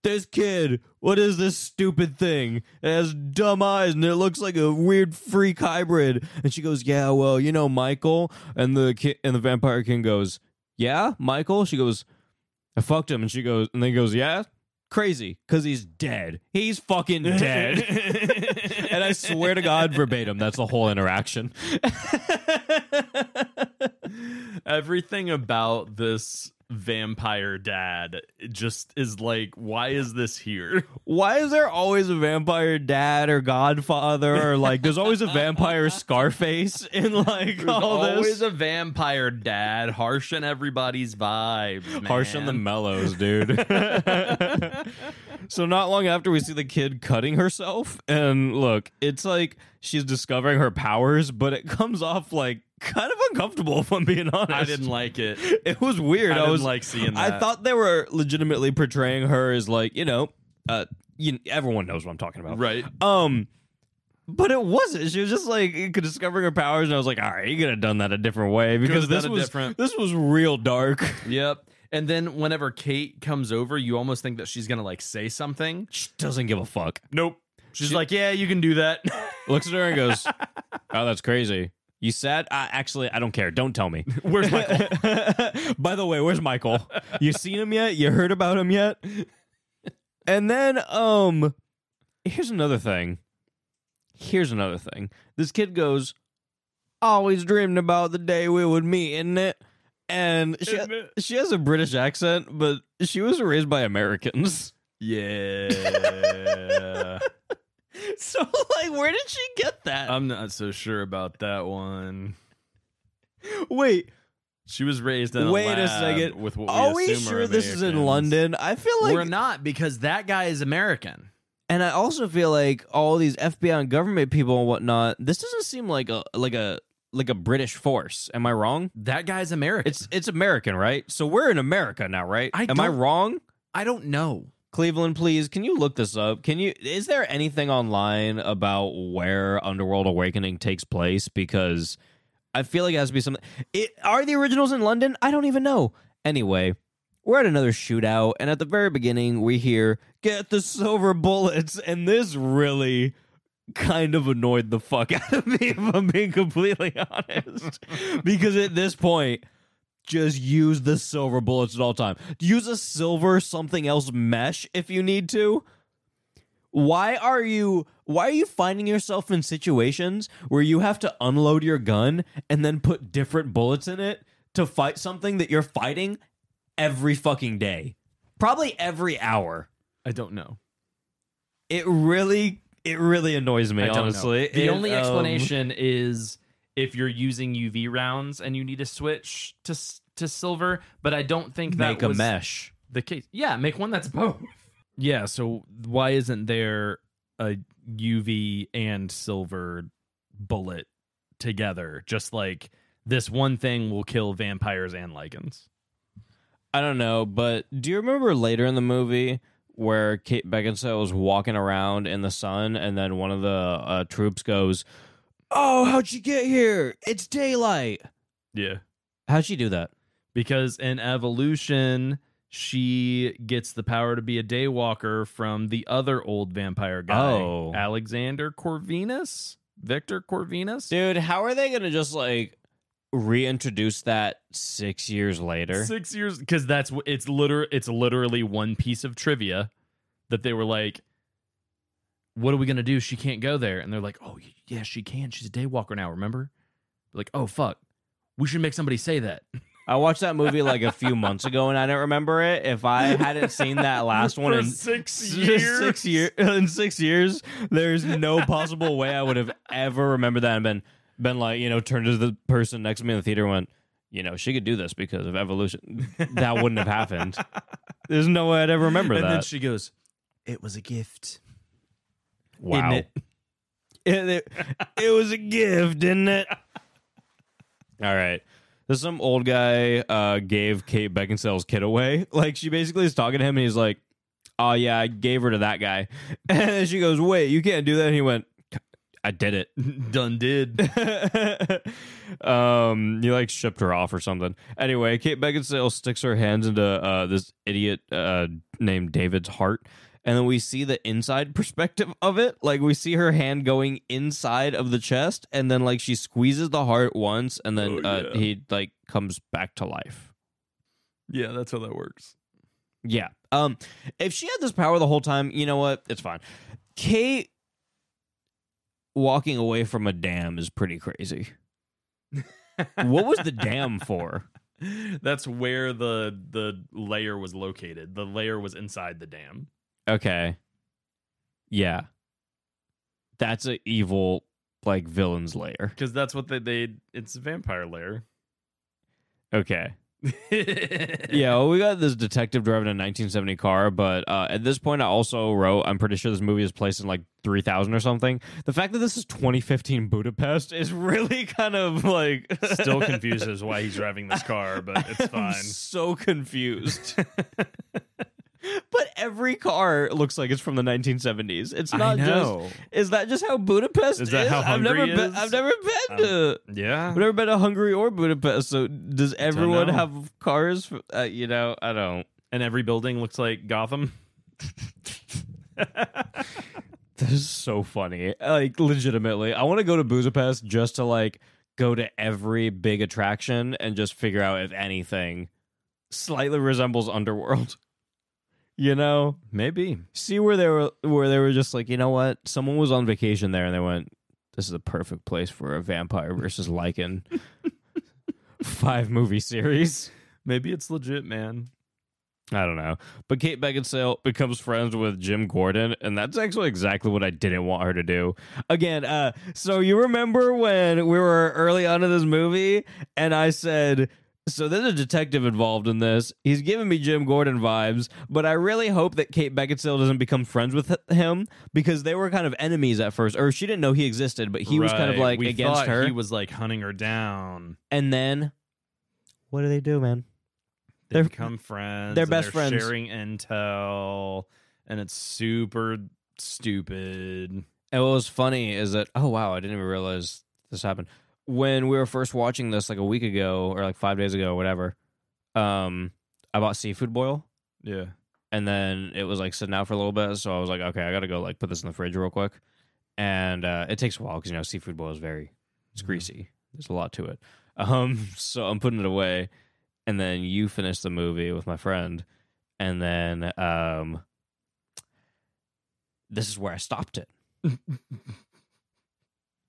A: this kid, what is this stupid thing? It has dumb eyes and it looks like a weird freak hybrid. And she goes, Yeah, well, you know, Michael. And the ki- and the vampire king goes, Yeah, Michael? She goes, I fucked him. And she goes, and then he goes, Yeah, crazy, because he's dead. He's fucking dead. and I swear to God, verbatim, that's the whole interaction.
C: Everything about this vampire dad just is like, why is this here?
A: Why is there always a vampire dad or godfather or like there's always a vampire Scarface in like all this?
C: Always a vampire dad, harshing everybody's vibes. Man.
A: Harsh on the mellows, dude. so not long after we see the kid cutting herself, and look, it's like she's discovering her powers, but it comes off like kind of uncomfortable. If I'm being honest,
C: I didn't like it.
A: It was weird.
C: I
A: I,
C: didn't
A: was
C: like seeing
A: I
C: that.
A: thought they were legitimately portraying her as like you know, uh, you, everyone knows what I'm talking about,
C: Right.
A: Um. But it wasn't. She was just like discovering her powers, and I was like, "All right, you could have done that a different way because
C: done
A: this
C: it
A: was
C: different.
A: this was real dark."
C: Yep. And then whenever Kate comes over, you almost think that she's gonna like say something.
A: She doesn't give a fuck.
C: Nope. She's like, yeah, you can do that.
A: looks at her and goes, "Oh, that's crazy. You sad? Uh, actually, I don't care. Don't tell me.
C: Where's my
A: By the way, where's Michael? You seen him yet? You heard about him yet?" And then, um, here's another thing. Here's another thing. This kid goes, "Always dreamed about the day we would meet, isn't it?" And she she has a British accent, but she was raised by Americans.
C: Yeah.
A: So, like, where did she get that?
C: I'm not so sure about that one.
A: Wait,
C: She was raised in a
A: Wait a
C: lab
A: second.
C: With what
A: Are
C: we,
A: we
C: assume
A: sure this is in
C: Americans.
A: London? I feel like,
C: We're not because that guy is American.
A: and I also feel like all these FBI and government people and whatnot. This doesn't seem like a like a like a British force. Am I wrong?
C: That guy's American.
A: It's it's American, right? So we're in America now, right?
C: I
A: Am I
C: don't-
A: wrong?
C: I don't know.
A: Cleveland, please. Can you look this up? Can you? Is there anything online about where Underworld Awakening takes place? Because I feel like it has to be something. It, are the originals in London? I don't even know. Anyway, we're at another shootout, and at the very beginning, we hear "Get the silver bullets," and this really kind of annoyed the fuck out of me. If I'm being completely honest, because at this point just use the silver bullets at all time. Use a silver something else mesh if you need to. Why are you why are you finding yourself in situations where you have to unload your gun and then put different bullets in it to fight something that you're fighting every fucking day? Probably every hour.
C: I don't know.
A: It really it really annoys me,
C: I don't know.
A: honestly.
C: The
A: It,
C: only
A: um,
C: explanation is if you're using UV rounds and you need to switch to s- to silver, but I don't think that
A: make a
C: was
A: mesh.
C: the case. Yeah, make one that's both. Yeah, so why isn't there a UV and silver bullet together? Just like this one thing will kill vampires and lichens.
A: I don't know, but do you remember later in the movie where Kate Beckinsale was walking around in the sun and then one of the uh, troops goes, Oh, how'd you get here? It's daylight.
C: Yeah.
A: How'd she do that?
C: because in evolution she gets the power to be a daywalker from the other old vampire guy
A: Oh.
C: alexander corvinus victor corvinus
A: Dude, how are they going to just like reintroduce that six years later?
C: six years because that's wh- it's liter it's literally one piece of trivia that they were like what are we gonna do she can't go there and they're like oh y- yeah she can she's a daywalker now remember like oh fuck
G: we should make somebody say that.
A: I watched that movie like a few months ago, and I don't remember it. If I hadn't seen that last one in
G: six
A: six year, in six years, there's no possible way I would have ever remembered that and been been like you know turned to the person next to me in the theater and went you know she could do this because of evolution. That wouldn't have happened. There's no way I'd ever remember
G: and
A: that.
G: then she goes, "It was a gift."
A: wow. It? It, it was a gift, didn't it? All right. This some old guy uh, gave Kate Beckinsale's kid away. Like she basically is talking to him and he's like, Oh yeah, I gave her to that guy. And then she goes, Wait, you can't do that. And he went, I did it.
G: Done did.
A: um, he like shipped her off or something. Anyway, Kate Beckinsale sticks her hands into uh, this idiot uh, named David's heart, and then we see the inside perspective of it. Like we see her hand going inside of the chest, and then like she squeezes the heart once, and then
C: Oh,
A: uh,
C: yeah.
A: he like comes back to life.
C: Yeah, that's how that works.
A: Yeah. Um, if she had this power the whole time, you know what? It's fine. Kate walking away from a dam is pretty crazy. what was the dam for?
C: That's where the the layer was located. The layer was inside the dam.
A: Okay. Yeah. That's a evil like villain's layer.
C: Because that's what they, they it's a vampire layer.
A: Okay.
C: yeah.
A: Yeah, well, we got this detective driving a 1970 car, but uh, at this point, I also wrote. I'm pretty sure this movie is placed in like 3000 or something. The fact that this is 2015 Budapest is really kind of like
C: Still confuses why he's driving this car, but it's
A: I'm
C: fine.
A: so confused. but every car looks like it's from the 1970s. It's not just. Is that just how Budapest
C: Is that how
A: I've never
C: Hungary
A: been.
C: is? Um,
A: I've never been to.
C: Yeah.
A: I've never been to Hungary or Budapest. So does everyone
C: know.
A: have cars? For, uh, you know, I don't.
C: And every building looks like Gotham.
A: This is so funny. Like legitimately, I want to go to Budapest just to like go to every big attraction and just figure out if anything slightly resembles Underworld. You know,
C: Maybe.
A: see where they were where they were just like, you know what? Someone was on vacation there and they went, This is a perfect place for a vampire versus lichen five movie series.
C: Maybe it's legit, man.
A: I don't know. But Kate Beckinsale becomes friends with Jim Gordon, and that's actually exactly what I didn't want her to do. Again, uh, so you remember when we were early on in this movie, and I said, so there's a detective involved in this. He's giving me Jim Gordon vibes, but I really hope that Kate Beckinsale doesn't become friends with h- him because they were kind of enemies at first, or she didn't know he existed, but he was kind of
C: Right.
A: like
C: we
A: against
C: thought
A: her.
C: He was like hunting her down.
A: and then, what do they do, man?
C: They
A: They're-
C: become friends.
A: they're
C: and
A: best friends.
C: Sharing intel, and it's super stupid.
A: And what was funny is that oh wow, I didn't even realize this happened. When we were first watching this like a week ago or like five days ago or whatever, um, I bought seafood boil
C: Yeah.
A: and then it was like sitting out for a little bit, so I was like, okay, I gotta go like put this in the fridge real quick. And uh, it takes a while because you know seafood boil is very it's greasy. There's a lot to it. Um, so I'm putting it away, and then you finish the movie with my friend, and then um, this is where I stopped it.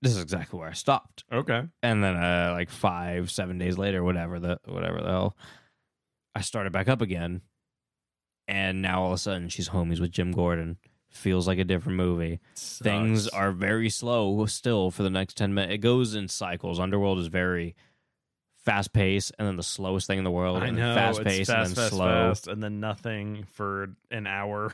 A: this is exactly where I stopped,
C: Okay.
A: and then uh, like five, seven days later, whatever the whatever the hell, I started back up again, and now all of a sudden she's homies with Jim Gordon. Feels like a different movie things
C: Sucks.
A: are very slow still for the next 10 minutes. It goes in cycles. Underworld is very fast paced and then the slowest thing in the world.
C: I
A: and
C: know.
A: Fast
C: it's
A: paced and
C: fast,
A: then
C: fast,
A: slow.
C: fast, and then nothing for an hour.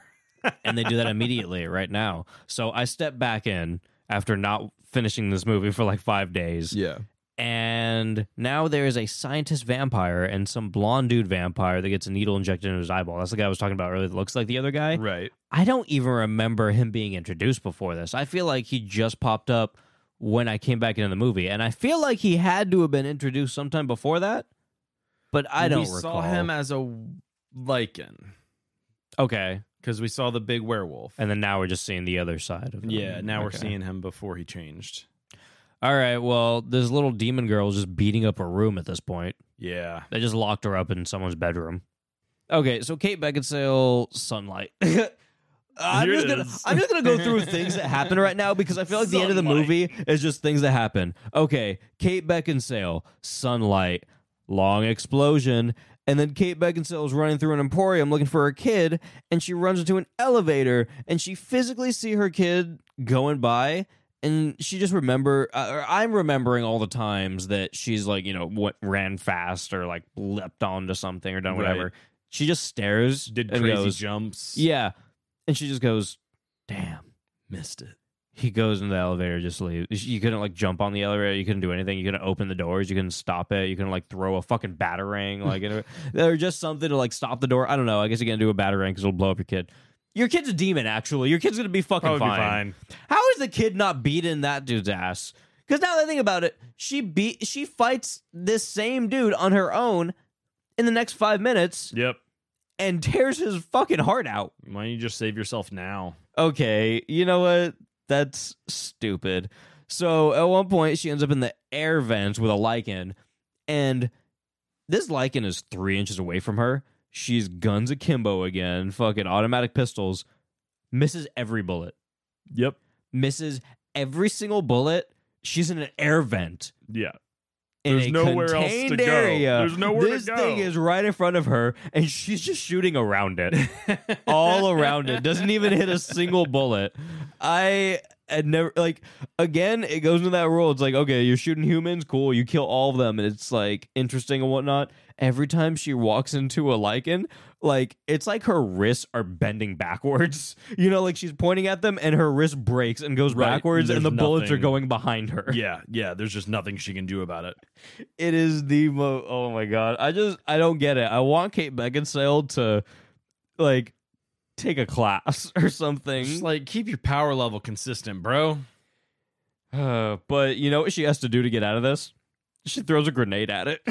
A: And they do that immediately right now. So I step back in after not finishing this movie for like five days.
H: Yeah.
A: And now there is a scientist vampire and some blonde dude vampire that gets a needle injected into his eyeball. That's the guy I was talking about earlier that looks like the other guy.
C: Right.
A: I don't even remember him being introduced before this. I feel like he just popped up when I came back into the movie, and I feel like he had to have been introduced sometime before that. But I don't
C: we
A: recall.
C: saw him as a lichen
A: okay,
C: because we saw the big werewolf.
A: and then now we're just seeing the other side of him.
C: yeah, now we're
A: Okay.
C: seeing him before he changed.
A: All right, well, this little demon girl is just beating up a room at this point.
C: Yeah.
A: They just locked her up in someone's bedroom. Okay, so Kate Beckinsale, Sunlight. I'm
C: Here
A: just
C: it
A: gonna
C: is.
A: I'm just gonna go through things that happen right now because I feel like the end of the movie is just things that happen. Okay, Kate Beckinsale, sunlight, long explosion, and then Kate Beckinsale is running through an emporium looking for her kid, and she runs into an elevator, and she physically see her kid going by. And she just remember, uh, or I'm remembering all the times that she's like, you know, what ran fast or like leapt onto something or done whatever.
C: Right.
A: She just stares,
C: Did
A: and
C: crazy
A: goes,
C: jumps.
A: yeah. And she just goes, damn, missed it. He goes into the elevator, just leaves. You couldn't like jump on the elevator. You couldn't do anything. You couldn't open the doors. You couldn't stop it. You couldn't like throw a fucking batarang. Like, in a- or just something to like stop the door. I don't know. I guess you can't do a batarang because it'll blow up your kid. Your kid's a demon, actually. Your kid's going to be fucking
C: Probably
A: fine.
C: fine.
A: How is the kid not beating that dude's ass? Because now that I think about it, she beat, she fights this same dude on her own in the next five minutes
C: Yep.
A: and tears his fucking heart out.
C: Why don't you just save yourself now?
A: okay, you know what? That's stupid. So at one point, she ends up in the air vents with a lichen, and this lichen is three inches away from her. She's guns akimbo again, fucking automatic pistols, misses every bullet,
C: Yep.
A: misses every single bullet. She's in an air vent.
C: Yeah.
A: In
C: There's
A: a
C: nowhere else to
A: contained
C: go.
A: Area.
C: There's nowhere to
A: this
C: go.
A: thing is right in front of her, and she's just shooting around it, all around it. Doesn't even hit a single bullet. I had never like again. It goes into that rule. It's like okay, you're shooting humans, cool. You kill all of them, and it's like interesting and whatnot. Every time she walks into a lichen, like it's like her wrists are bending backwards. You know, like she's pointing at them, and her wrist breaks and goes
C: Right,
A: backwards, and the
C: there's
A: bullets are
C: nothing-
A: going behind her
C: Yeah. Yeah. There's just nothing she can do about it.
A: it is the mo oh my god i just i don't get it i want kate beckinsale to like take a class or something
C: Just like keep your power level consistent, bro.
A: Uh, but you know what she has to do to get out of this she throws a grenade at it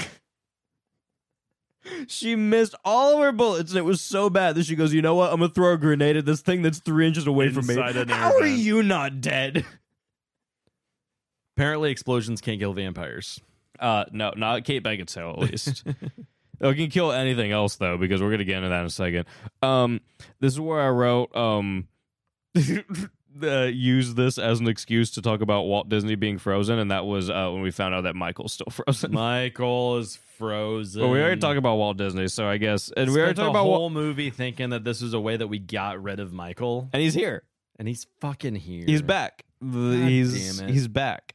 A: she missed all of her bullets and it was so bad that she goes you know what i'm gonna throw a grenade at this thing that's three inches away
C: Inside
A: from
C: an
A: me
C: air
A: how are
C: vent.
A: you not dead
C: Apparently, explosions can't kill vampires.
A: Uh, no, not Kate Beckinsale at least. I can kill anything else though, because we're gonna get into that in a second. Um, this is where I wrote um, uh, use this as an excuse to talk about Walt Disney being frozen, and that was uh, when we found out that Michael's still frozen.
C: Michael is frozen.
A: but we already talked about Walt Disney, so I guess, and we
C: Spent
A: already talked
C: the
A: about
C: whole
A: Walt,
C: movie thinking that this was a way that we got rid of Michael,
A: and he's here.
C: and he's fucking here.
A: He's back. The- he's
C: damn it.
A: he's back.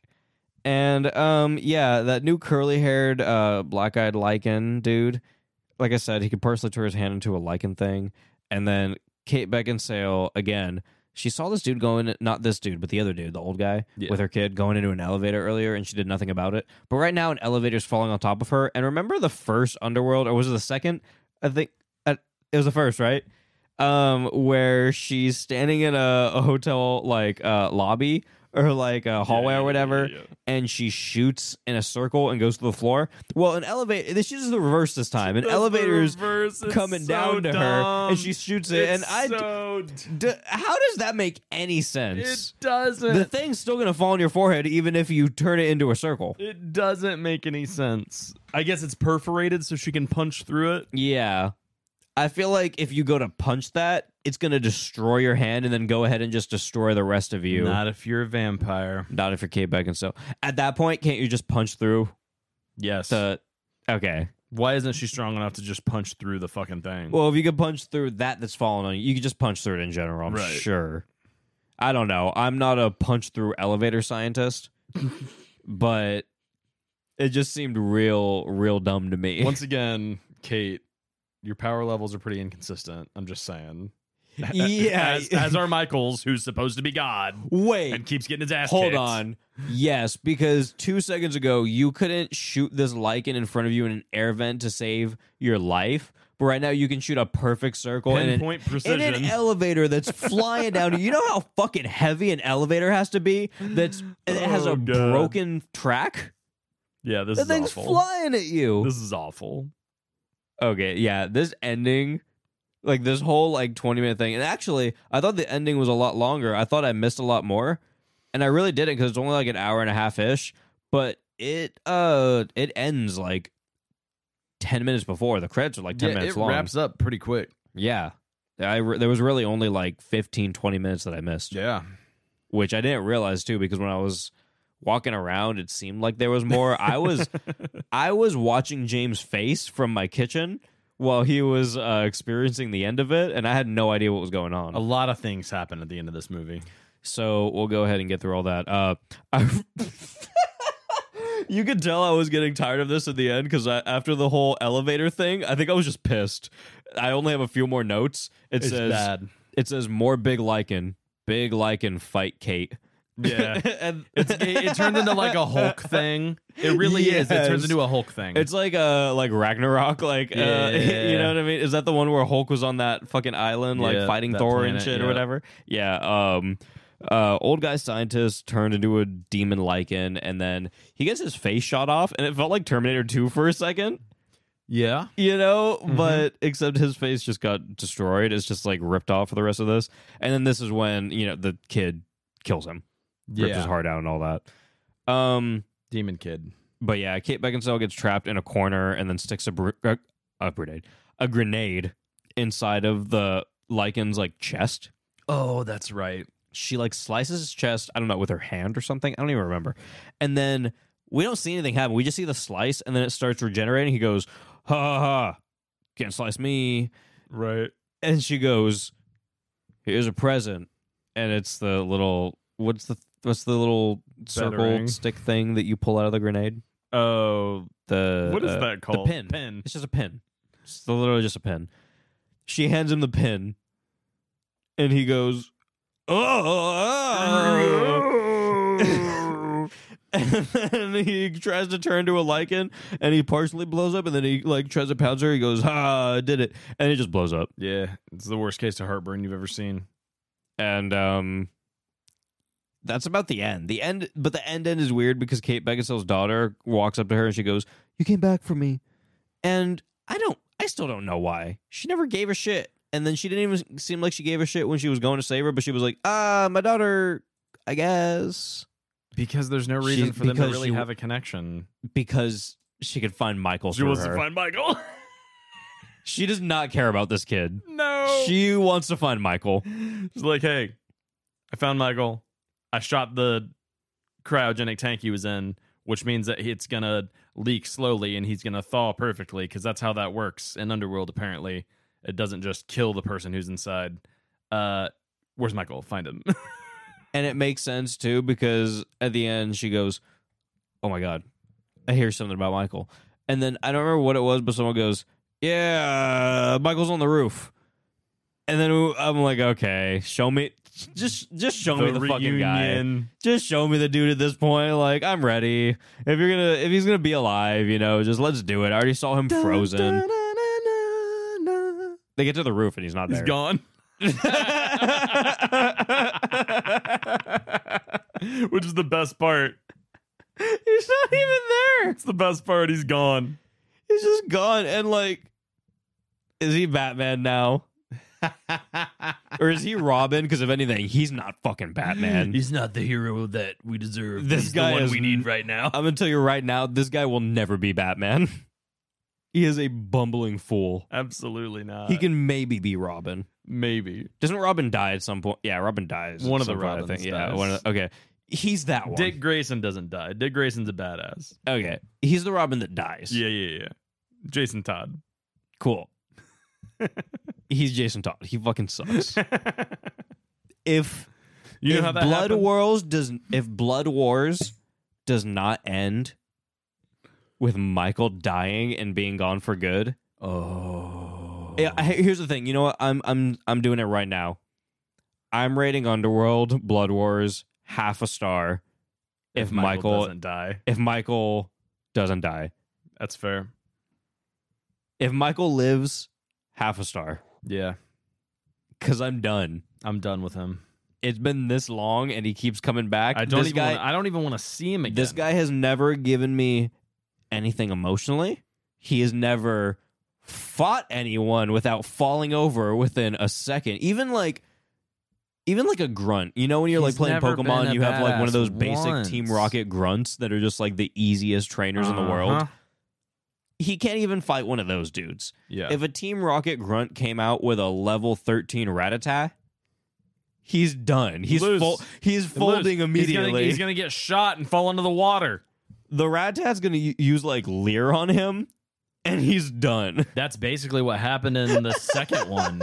A: And um yeah, that new curly haired uh black eyed lichen dude. Like I said, he could partially turn his hand into a lichen thing. And then Kate Beckinsale again. She saw this dude going, not this dude, but the other dude, the old guy
C: Yeah.
A: with her kid going into an elevator earlier, and she did nothing about it. But right now, an elevator's falling on top of her. And remember the first Underworld, or was it the second? I think uh, it was the first, right? um where she's standing in a, a hotel like uh lobby or like a hallway or whatever and she shoots in a circle and goes to the floor well an elevator this is the reverse this time an elevator's coming down to her and she shoots it and i d- how does that make any sense
C: it doesn't.
A: the thing's still gonna fall on your forehead even if you turn it into a circle
C: It doesn't make any sense. I guess it's perforated so she can punch through it.
A: Yeah. I feel like if you go to punch that, it's going to destroy your hand and then go ahead and just destroy the rest of you.
C: Not if you're a vampire.
A: Not if you're Kate Beckinsale. At that point, can't you just punch through
C: Yes.
A: the. Okay.
C: Uh, Why isn't she strong enough to just punch through the fucking thing?
A: Well, if you could punch through that that's falling on you, you could just punch through it in general, I'm
C: Right.
A: sure. I don't know. I'm not a punch through elevator scientist, but it just seemed real, real dumb to me.
C: Once again, Kate, your power levels are pretty inconsistent. I'm just saying.
A: yeah.
C: As, as are Michaels, who's supposed to be God
A: Wait.
C: and keeps getting his ass
A: Hold
C: kicked.
A: on. Yes, because two seconds ago you couldn't shoot this lichen in front of you in an air vent to save your life, but right now you can shoot a perfect circle in an,
C: Pinpoint
A: in
C: precision.
A: an elevator that's flying down. You know how fucking heavy an elevator has to be. That's it has
C: Oh,
A: a
C: God.
A: broken track.
C: yeah, this
A: That
C: is
A: thing's
C: awful.
A: flying at you.
C: This is awful.
A: Okay, yeah, this ending, like this whole like twenty minute thing, and actually, I thought the ending was a lot longer. I thought I missed a lot more, and I really didn't because it's only like an hour and a half ish. But it uh, it ends like ten minutes before the credits are like ten minutes
C: it
A: long.
C: wraps up pretty quick.
A: yeah, I re- there was really only like 15, 20 minutes that I missed,
C: Yeah.
A: which I didn't realize too because when I was walking around, it seemed like there was more. I was I was watching James' face from my kitchen while he was uh, experiencing the end of it, and I had no idea what was going on.
C: A lot of things happen at the end of this movie.
A: So we'll go ahead and get through all that. Uh, I, you could tell I was getting tired of this at the end because after the whole elevator thing, I think I was just pissed. I only have a few more notes. It
C: It's
A: says
C: bad.
A: it says more big lichen, big lichen fight Kate.
C: Yeah.
A: and
C: It's, it, it turns into like a Hulk thing. It really is. It
A: Yes.
C: turns into a Hulk thing.
A: It's like uh like Ragnarok, like uh, you know what I mean? Is that the one where Hulk was on that fucking island, like
C: Yeah,
A: fighting
C: that
A: Thor and
C: planet,
A: shit or
C: yeah.
A: whatever? Yeah. Um, uh, old guy scientist turned into a demon lichen, and then he gets his face shot off, and it felt like Terminator Two for a second,
C: yeah.
A: you know.
C: Mm-hmm.
A: But except his face just got destroyed. It's just like ripped off for the rest of this, and then this is when you know the kid kills him, rips his
C: Yeah.
A: heart out, and all that. Um.
C: Demon Kid.
A: But yeah, Kate Beckinsale gets trapped in a corner and then sticks a, br- a, a grenade, a grenade inside of the lichen's like chest.
C: Oh, that's right.
A: She like slices his chest. I don't know with her hand or something. I don't even remember. And then we don't see anything happen. We just see the slice and then it starts regenerating. He goes, "Ha ha ha! Can't slice me."
C: Right.
A: And she goes, "Here's a present." And it's the little what's the what's the little circle
C: Batarang.
A: stick thing that you pull out of the grenade?
C: Oh,
A: The
C: what is
A: uh, the
C: that called?
A: pin.
C: Pin.
A: It's just a pin. It's literally just a pin. She hands him the pin, and he goes, "Oh!" and then he tries to turn to a lichen, and he partially blows up, and then he like tries to pounce her. He goes, "Ha! I did it!" And it just blows up.
C: Yeah. It's the worst case of heartburn you've ever seen.
A: And um, that's about the end. The end, but the end end is weird because Kate Beckinsale's daughter walks up to her and she goes, "You came back for me," and I don't, I still don't know why. She never gave a shit, and then she didn't even seem like she gave a shit when she was going to save her, but she was like, "Ah, my daughter." I guess
C: Because there's no
A: reason
C: reason
A: She's-
C: for them to
A: because
C: really
A: she-
C: have a connection.
A: because she could find Michael. through her.
C: Michael.
A: She does not care about this kid.
C: no.
A: She wants to find Michael.
C: She's like, hey, I found Michael. I shot the cryogenic tank he was in, which means that it's going to leak slowly and he's going to thaw perfectly because that's how that works in Underworld, apparently. It doesn't just kill the person who's inside. Uh, where's Michael? Find him.
A: And it makes sense too because at the end she goes, "Oh my god, I hear something about Michael." And then I don't remember what it was, but someone goes, "Yeah, Michael's on the roof." And then I'm like, "Okay, show me, just just show me the fucking guy. Just show me the dude." At this point, like I'm ready. If you're gonna, if he's gonna be alive, you know, just let's do it. I already saw him frozen. They get to the roof and he's not there.
C: He's gone. Which is the best part.
A: He's not even there.
C: It's the best part. He's gone.
A: He's just gone. And like, is he Batman now? or is he Robin? Because if anything, he's not fucking
C: Mm-hmm.
A: Batman.
E: He's not the hero that we deserve.
A: This
E: He's
A: guy
E: the one
A: is
E: we
A: n-
E: need right now.
A: I'm gonna tell you right now, this guy will never be Batman. he is a bumbling fool.
C: Absolutely not.
A: He can maybe be Robin.
C: maybe.
A: Doesn't Robin die at some point? Yeah, Robin dies. at
C: One of the
A: some point, I
C: Robins
A: think. Yeah,
C: dies.
A: one of the, okay. He's that one.
C: Dick Grayson doesn't die. Dick Grayson's a badass.
A: Okay, he's the Robin that dies.
C: Yeah, yeah, yeah. Jason Todd.
A: cool. he's Jason Todd. He fucking sucks. if
C: You
A: if
C: know how that
A: Blood
C: happened?
A: Wars does if Blood Wars does not end with Michael dying and being gone for good. Oh. here's the thing. You know what? I'm I'm I'm doing it right now. I'm rating Underworld Blood Wars half a star if, Michael,
C: doesn't die.
A: if Michael doesn't die.
C: That's fair.
A: If Michael lives, half a star
C: Yeah.
A: cuz I'm done.
C: I'm done with him.
A: It's been this long and he keeps coming back.
C: I don't
A: This
C: even
A: guy-
C: wanna, I don't even want to see him again.
A: This guy has never given me anything emotionally. He has never fought anyone without falling over within a second. Even like even like a grunt. You know when you're
C: He's
A: like playing
C: never been
A: Pokemon,
C: a
A: you have like one of
C: badass
A: those basic
C: once.
A: Team Rocket grunts that are just like the easiest trainers in the world.
C: Uh-huh.
A: he can't even fight one of those dudes.
C: Yeah.
A: If a Team Rocket grunt came out with a level 13 Rattata, he's done. He's
C: Lose.
A: fol- he's folding
C: He's gonna,
A: immediately.
C: he's gonna get shot and fall into the water.
A: the Rattata's going to use like Leer on him and he's done.
C: That's basically what happened in the second one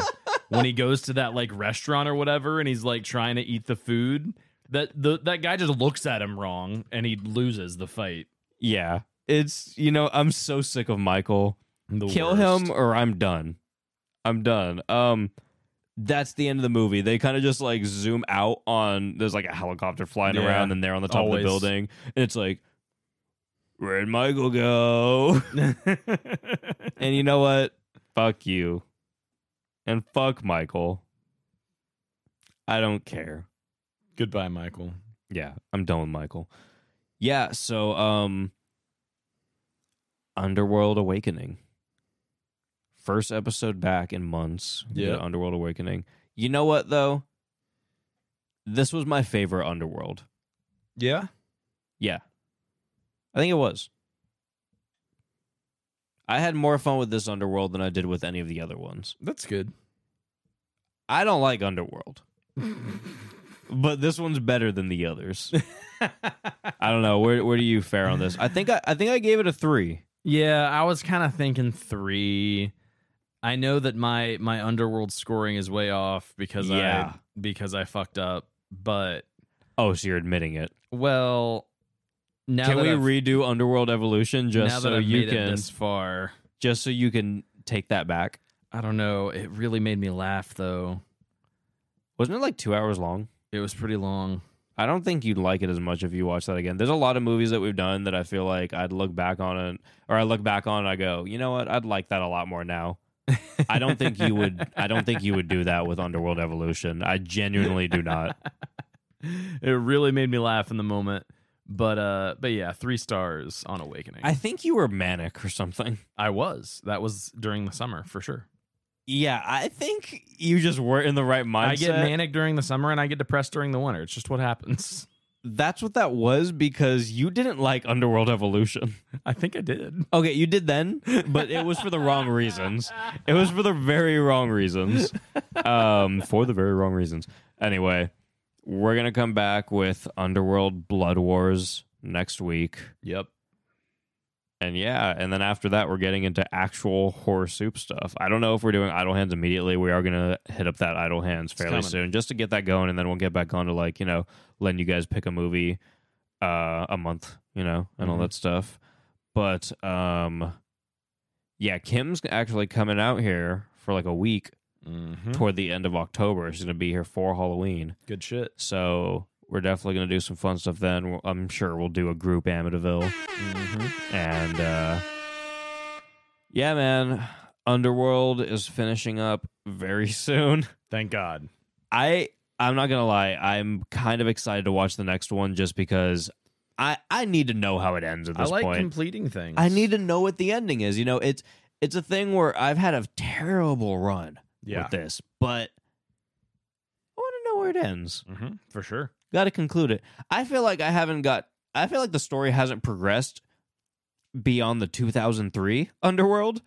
C: when he goes to that like restaurant or whatever, and he's like trying to eat the food. That the that guy just looks at him wrong, and he loses the fight.
A: Yeah. It's you know, I'm so sick of Michael.
C: The
A: kill
C: worst.
A: him or I'm done. I'm done. Um that's the end of the movie. They kind of just like zoom out on there's like a helicopter flying
C: Yeah.
A: around and they're on the top
C: Always.
A: of the building and it's like where'd Michael go? and you know what? Fuck you. And fuck Michael. I don't care.
C: Goodbye, Michael.
A: Yeah, I'm done with Michael. Yeah, so um Underworld Awakening. First episode back in months. We did
C: Yeah.
A: Underworld Awakening. You know what though? This was my favorite Underworld.
C: Yeah.
A: Yeah. I think it was. I had more fun with this Underworld than I did with any of the other ones.
C: That's good.
A: I don't like Underworld. but this one's better than the others. I don't know. Where where do you fare on this? I think I, I think I gave it a three.
C: Yeah, I was kind of thinking three. I know that my my underworld scoring is way off because
A: Yeah.
C: I because I fucked up. But
A: Oh, so you're admitting it.
C: well, now
A: can
C: that
A: we
C: I've-
A: redo Underworld Evolution
C: now
A: just
C: that
A: so
C: I've
A: you
C: made it
A: can
C: this far?
A: just so you can take that back?
C: I don't know. It really made me laugh though.
A: Wasn't it like two hours long?
C: It was pretty long.
A: I don't think you'd like it as much if you watch that again. There's a lot of movies that we've done that I feel like I'd look back on it, or I look back on and I go, you know what? I'd like that a lot more now. I don't think you would. I don't think you would do that with Underworld Evolution. I genuinely do not.
C: It really made me laugh in the moment. But uh but yeah, three stars on Awakening.
A: I think you were manic or something.
C: I was. That was during the summer for sure.
A: Yeah, I think you just weren't in the right mindset.
C: I get manic during the summer and I get depressed during the winter. It's just what happens.
A: That's what that was because you didn't like Underworld Evolution.
C: I think I did.
A: Okay, you did then, but it was for the wrong reasons. It was for the very wrong reasons. Um, for the very wrong reasons. Anyway, we're gonna come back with Underworld Blood Wars next week,
C: Yep.
A: and yeah, and then after that, we're getting into actual horror soup stuff. I don't know if we're doing Idle Hands immediately. We are gonna hit up that Idle Hands fairly
C: coming.
A: soon, just to get that going, and then we'll get back on to like you know letting you guys pick a movie uh, a month, you know, and all
C: Mhm.
A: that stuff. But um, yeah, Kim's actually coming out here for like a week toward the end of October. She's gonna be here for Halloween,
C: Good shit.
A: so we're definitely gonna do some fun stuff then. We'll- I'm sure we'll do a group Amityville,
C: Mm-hmm.
A: and uh, yeah, man, Underworld is finishing up very soon.
C: Thank God.
A: I I'm not gonna lie, I'm kind of excited to watch the next one just because I I need to know how it ends at
C: I
A: this
C: like
A: point.
C: completing things.
A: I need to know what the ending is. You know, it's it's a thing where I've had a terrible run
C: yeah
A: with this, but I want to know where it ends.
C: hmm for sure.
A: Got to conclude it. I feel like I haven't got. I feel like the story hasn't progressed beyond the 2003 Underworld.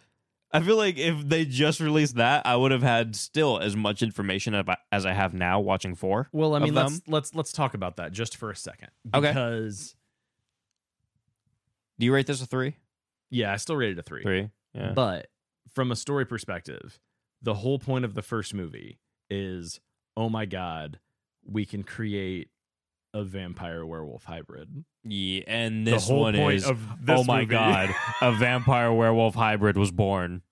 A: I feel like if they just released that, I would have had still as much information ab- as I have now watching four.
C: Well, I
A: Of
C: mean, let's
A: them?
C: let's let's talk about that just for a second.
A: Okay.
C: Because
A: Do you rate this a three?
C: yeah, I still rated a three.
A: Three. Yeah.
C: But from a story perspective, the whole point of the first movie is, oh my god, we can create a vampire werewolf hybrid.
A: yeah and this
C: the whole
A: one
C: point
A: is.
C: of this
A: oh my
C: movie-
A: god, a vampire werewolf hybrid was born.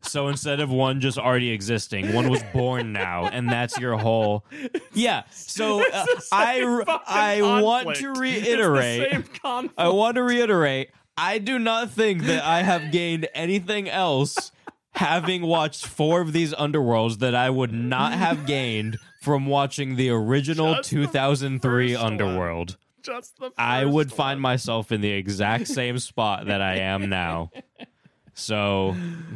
A: So instead of one just already existing, one was born now, and that's your whole. Yeah. So uh,
C: It's the
A: I
C: same
A: re-
C: fucking
A: I want
C: conflict.
A: to
C: It's the
A: reiterate.
C: same conflict.
A: I want to reiterate, I do not think that I have gained anything else having watched four of these underworlds that I would not have gained from watching the original 2003 underworld.
C: Just the
A: I
C: first
A: would
C: one.
A: find myself in the exact same spot that I am now. So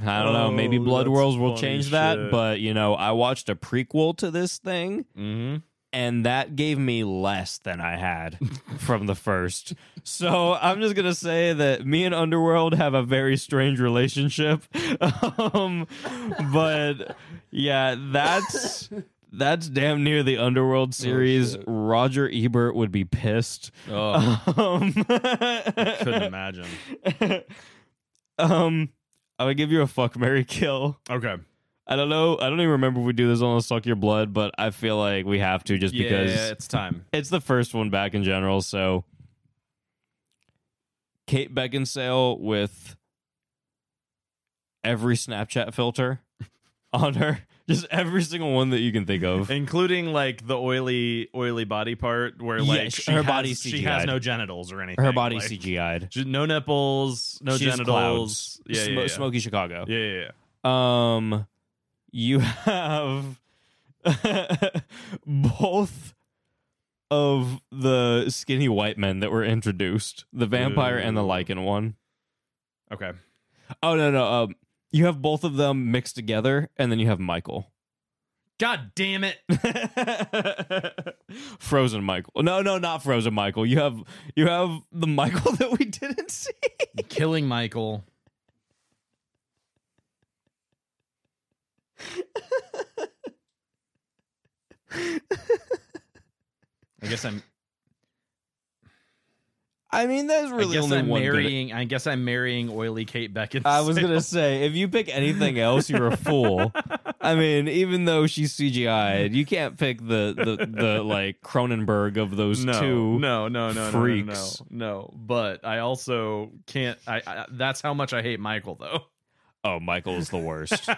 A: I don't know. Maybe
C: Oh,
A: Blood
C: that's
A: Worlds will
C: funny
A: change that,
C: shit.
A: but you know, I watched a prequel to this thing
C: Mhm.
A: and that gave me less than I had from the first. So I'm just gonna say that me and Underworld have a very strange relationship. Um, but yeah, that's that's damn near the Underworld series. Roger Ebert would be pissed.
C: Oh,
A: Um,
C: couldn't imagine.
A: um, I would give you a fuck Mary kill.
C: Okay.
A: I don't know. I don't even remember if we do this on Let's Suck Your Blood, but I feel like we have to just because
C: yeah, it's time.
A: it's the first one back in general. So Kate Beckinsale with every Snapchat filter on her, just every single one that you can think of.
C: Including like the oily, oily body part where
A: Yeah,
C: like
A: sh-
C: she
A: her
C: has,
A: body's
C: she has
A: CGI'd.
C: no genitals or anything.
A: Her body
C: like,
A: CGI'd.
C: j- No nipples, no
A: She's
C: genitals.
A: clouds.
C: Yeah,
A: Smo-
C: yeah, yeah.
A: Smoky Chicago.
C: yeah, yeah, yeah.
A: Um, you have both of the skinny white men that were introduced, the vampire and the
C: Ooh.
A: lichen one.
C: Okay.
A: Oh no, no. Um, you have both of them mixed together, and then you have Michael,
C: God damn it.
A: Frozen Michael. No, no, not Frozen Michael. You have you have the Michael that we didn't see.
I: Killing Michael.
C: I guess I'm
A: I mean, there's
I: I
A: really
I: guess
A: only
I: I'm
A: one. good-
I: marrying. I guess I'm marrying oily Kate Beckinsale.
A: I was gonna say, if you pick anything else, you're a fool. I mean, even though she's CGI'd, you can't pick the the, the like Cronenberg of those
C: no,
A: two.
C: No, no, no,
A: freaks.
C: no, no, no, no. But I also can't. I, I that's how much I hate Michael though.
A: Oh, Michael is the worst.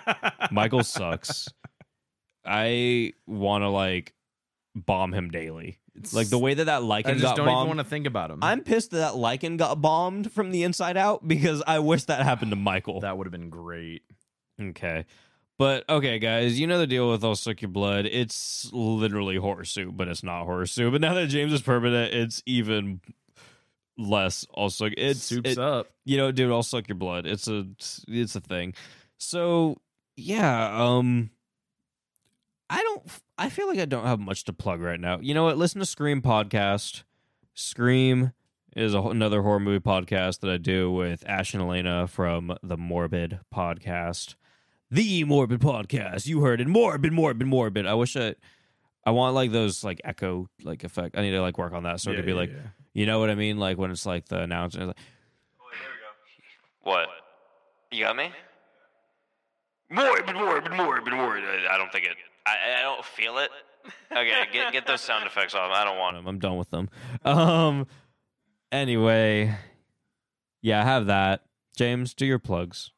A: Michael sucks. I want to like bomb him daily. like the way that that
C: I
A: lichen
C: just
A: got
C: don't even
A: bombed.
C: want to think about him.
A: I'm pissed that that lichen got bombed from the inside out because I wish that happened to Michael.
C: that would have been great.
A: Okay. But okay, guys, you know the deal with I'll Suck Your Blood. It's literally horror soup, but it's not horror soup. But now that James is permanent, it's even less I'll Suck. It's
C: Soups
A: it-
C: up.
A: you know, dude, I'll suck your blood. It's a it's a thing. So yeah, um I don't I feel like I don't have much to plug right now. You know what? Listen to Scream podcast. Scream is a, wh- another horror movie podcast that I do with Ash and Elena from the Morbid podcast. The Morbid podcast. You heard it. Morbid, morbid, morbid. I wish I I want like those like echo like effect. I need to like work on that so it could be like you know what I mean? Like when it's like the announcement, like, what? You got me? Morbid, morbid, morbid, morbid. I I don't think it. I, I don't feel it. Okay, get get those sound effects off. I don't want them. I'm done with them. Um. Anyway, yeah, I have that. James, do your plugs.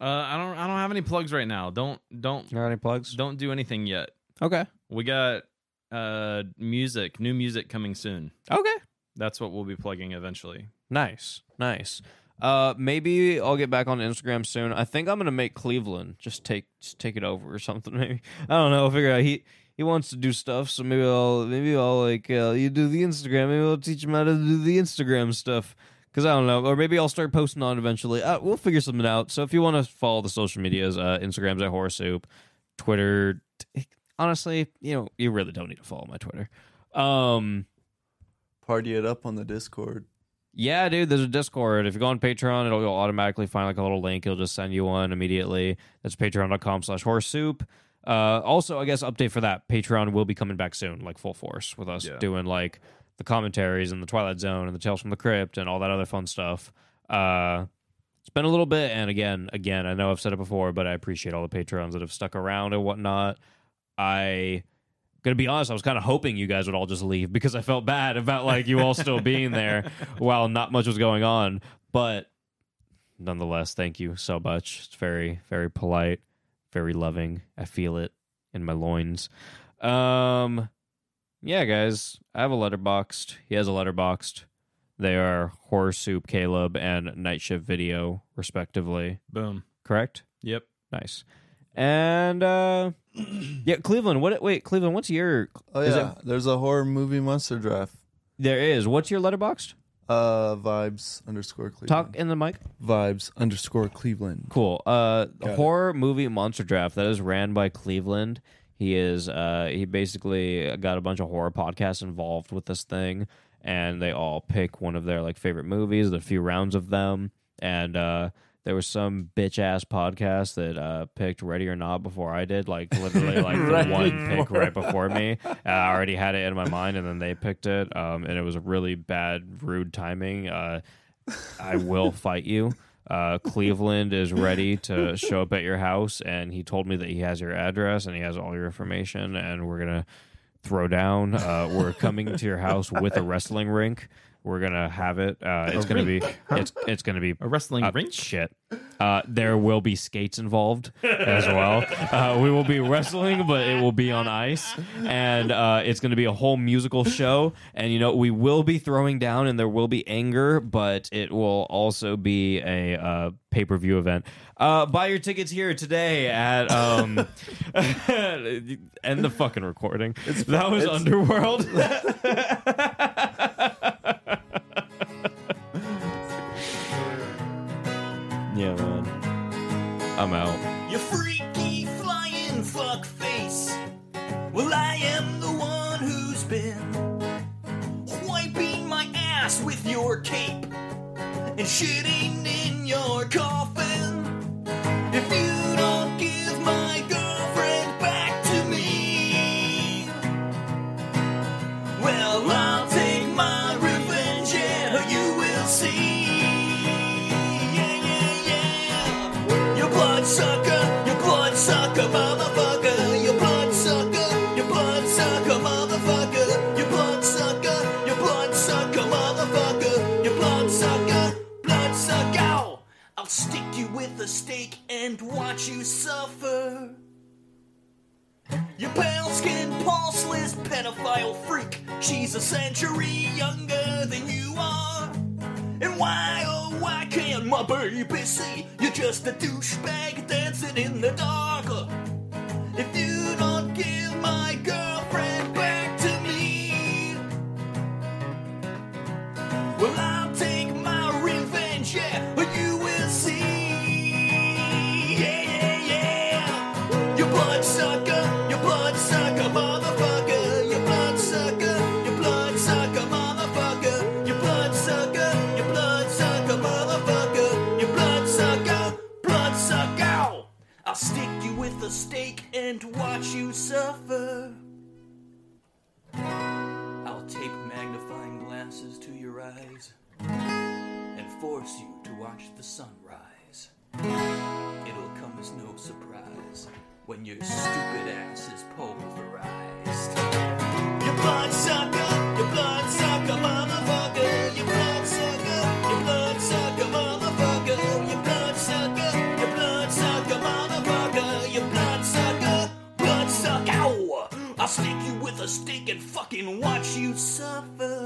C: Uh, I don't. I don't have any plugs right now. Don't. Don't.
A: got any plugs?
C: Don't do anything yet.
A: Okay.
C: We got uh music, new music coming soon.
A: Okay.
C: That's what we'll be plugging eventually.
A: Nice. Nice. Uh, maybe I'll get back on Instagram soon. I think I'm gonna make Cleveland just take just take it over or something. Maybe I don't know. I'll figure out he he wants to do stuff, so maybe I'll maybe I'll like uh, you do the Instagram. Maybe I'll teach him how to do the Instagram stuff. Cause I don't know, or maybe I'll start posting on eventually. Uh, we'll figure something out. So if you want to follow the social medias, uh, Instagram's at Horror Soup, Twitter. Honestly, you know, you really don't need to follow my Twitter. Um,
B: Party it up on the Discord.
A: yeah, dude, there's a Discord. If you go on Patreon, it'll you'll automatically find like a little link. It'll just send you one immediately. That's patreon.com slash horse soup. Uh, also, I guess update for that. Patreon will be coming back soon, like full force with us
C: Yeah.
A: doing like the commentaries and the Twilight Zone and the Tales from the Crypt and all that other fun stuff. Uh, it's been a little bit, and again, again, I know I've said it before, but I appreciate all the Patreons that have stuck around and whatnot. I gonna be honest, I was kind of hoping you guys would all just leave because I felt bad about like you all still being there while not much was going on. But nonetheless, thank you so much. It's very, very polite, very loving. I feel it in my loins. Um, yeah, guys, I have a letterboxed. He has a letterboxed. They are Horror Soup, Caleb, and Night Shift Video, respectively.
C: Boom.
A: Correct?
C: Yep.
A: Nice. And uh yeah, Cleveland. What? Wait, Cleveland. What's your?
B: Oh
A: is
B: yeah,
A: it-
B: there's a horror movie monster draft.
A: there is. What's your letterboxed?
B: Uh, vibes underscore Cleveland.
A: Talk in the mic.
B: Vibes underscore Cleveland.
A: Cool. Uh,
B: Got it.
A: horror movie monster draft that is ran by Cleveland. He is uh, he basically got a bunch of horror podcasts involved with this thing, and they all pick one of their like favorite movies, the few rounds of them, and uh, there was some bitch ass podcast that uh, picked Ready or Not before I did, like literally like the one pick right before me. Uh, I already had it in my mind, and then they picked it, um, and it was a really bad, rude timing. Uh, I will fight you. Uh, Cleveland is ready to show up at your house, and he told me that he has your address and he has all your information, and we're gonna throw down. Uh, we're coming to your house with a wrestling rink. We're gonna have it. Uh, it's gonna be it's it's gonna be
C: A wrestling
A: uh,
C: rink?
A: Shit. Uh, there will be skates involved as well. Uh, we will be wrestling, but it will be on ice, and uh, it's going to be a whole musical show. And you know, we will be throwing down, and there will be anger, but it will also be a uh, pay per view event. Uh, buy your tickets here today at um, end the fucking recording. that was Underworld. yeah, man. I'm out.
J: You freaky flying fuckface. Well, I am the one who's been wiping my ass with your cape and shitting in your coffin. If you don't give my girlfriend back to me, well, I'll take my revenge, yeah, you will see. Yeah, yeah, yeah. You bloodsucker, you bloodsucker, motherfucker. You bloodsucker, you bloodsucker, motherfucker. You bloodsucker, you bloodsucker, motherfucker. You bloodsucker, bloodsucker. I'll stick you with a stake and watch you suffer. You pale skinned, pulseless pedophile freak. She's a century younger than you are. And why, oh, why can't my baby see? You're just a douchebag dancing in the dark. If you don't give my girlfriend back to me, well, I'll take my revenge, yeah, but you will see. Yeah, yeah, yeah. You bloodsucker, you bloodsucker, motherfucker. You bloodsucker, you bloodsucker, motherfucker. You bloodsucker, you bloodsucker, motherfucker. You bloodsucker, bloodsucker. I'll stick you with a stake and watch you suffer. I'll tape magnifying glasses to your eyes and force you to watch the sunrise. It'll come as no surprise when your stupid ass is pulverized. You bloodsucker, you bloodsucker, motherfucker, you bloodsucker, you bloodsucker, motherfucker, you bloodsucker, you bloodsucker, motherfucker, you bloodsucker, bloodsucker. Ow! I'll stick you with a stick and fucking watch you suffer. Oh.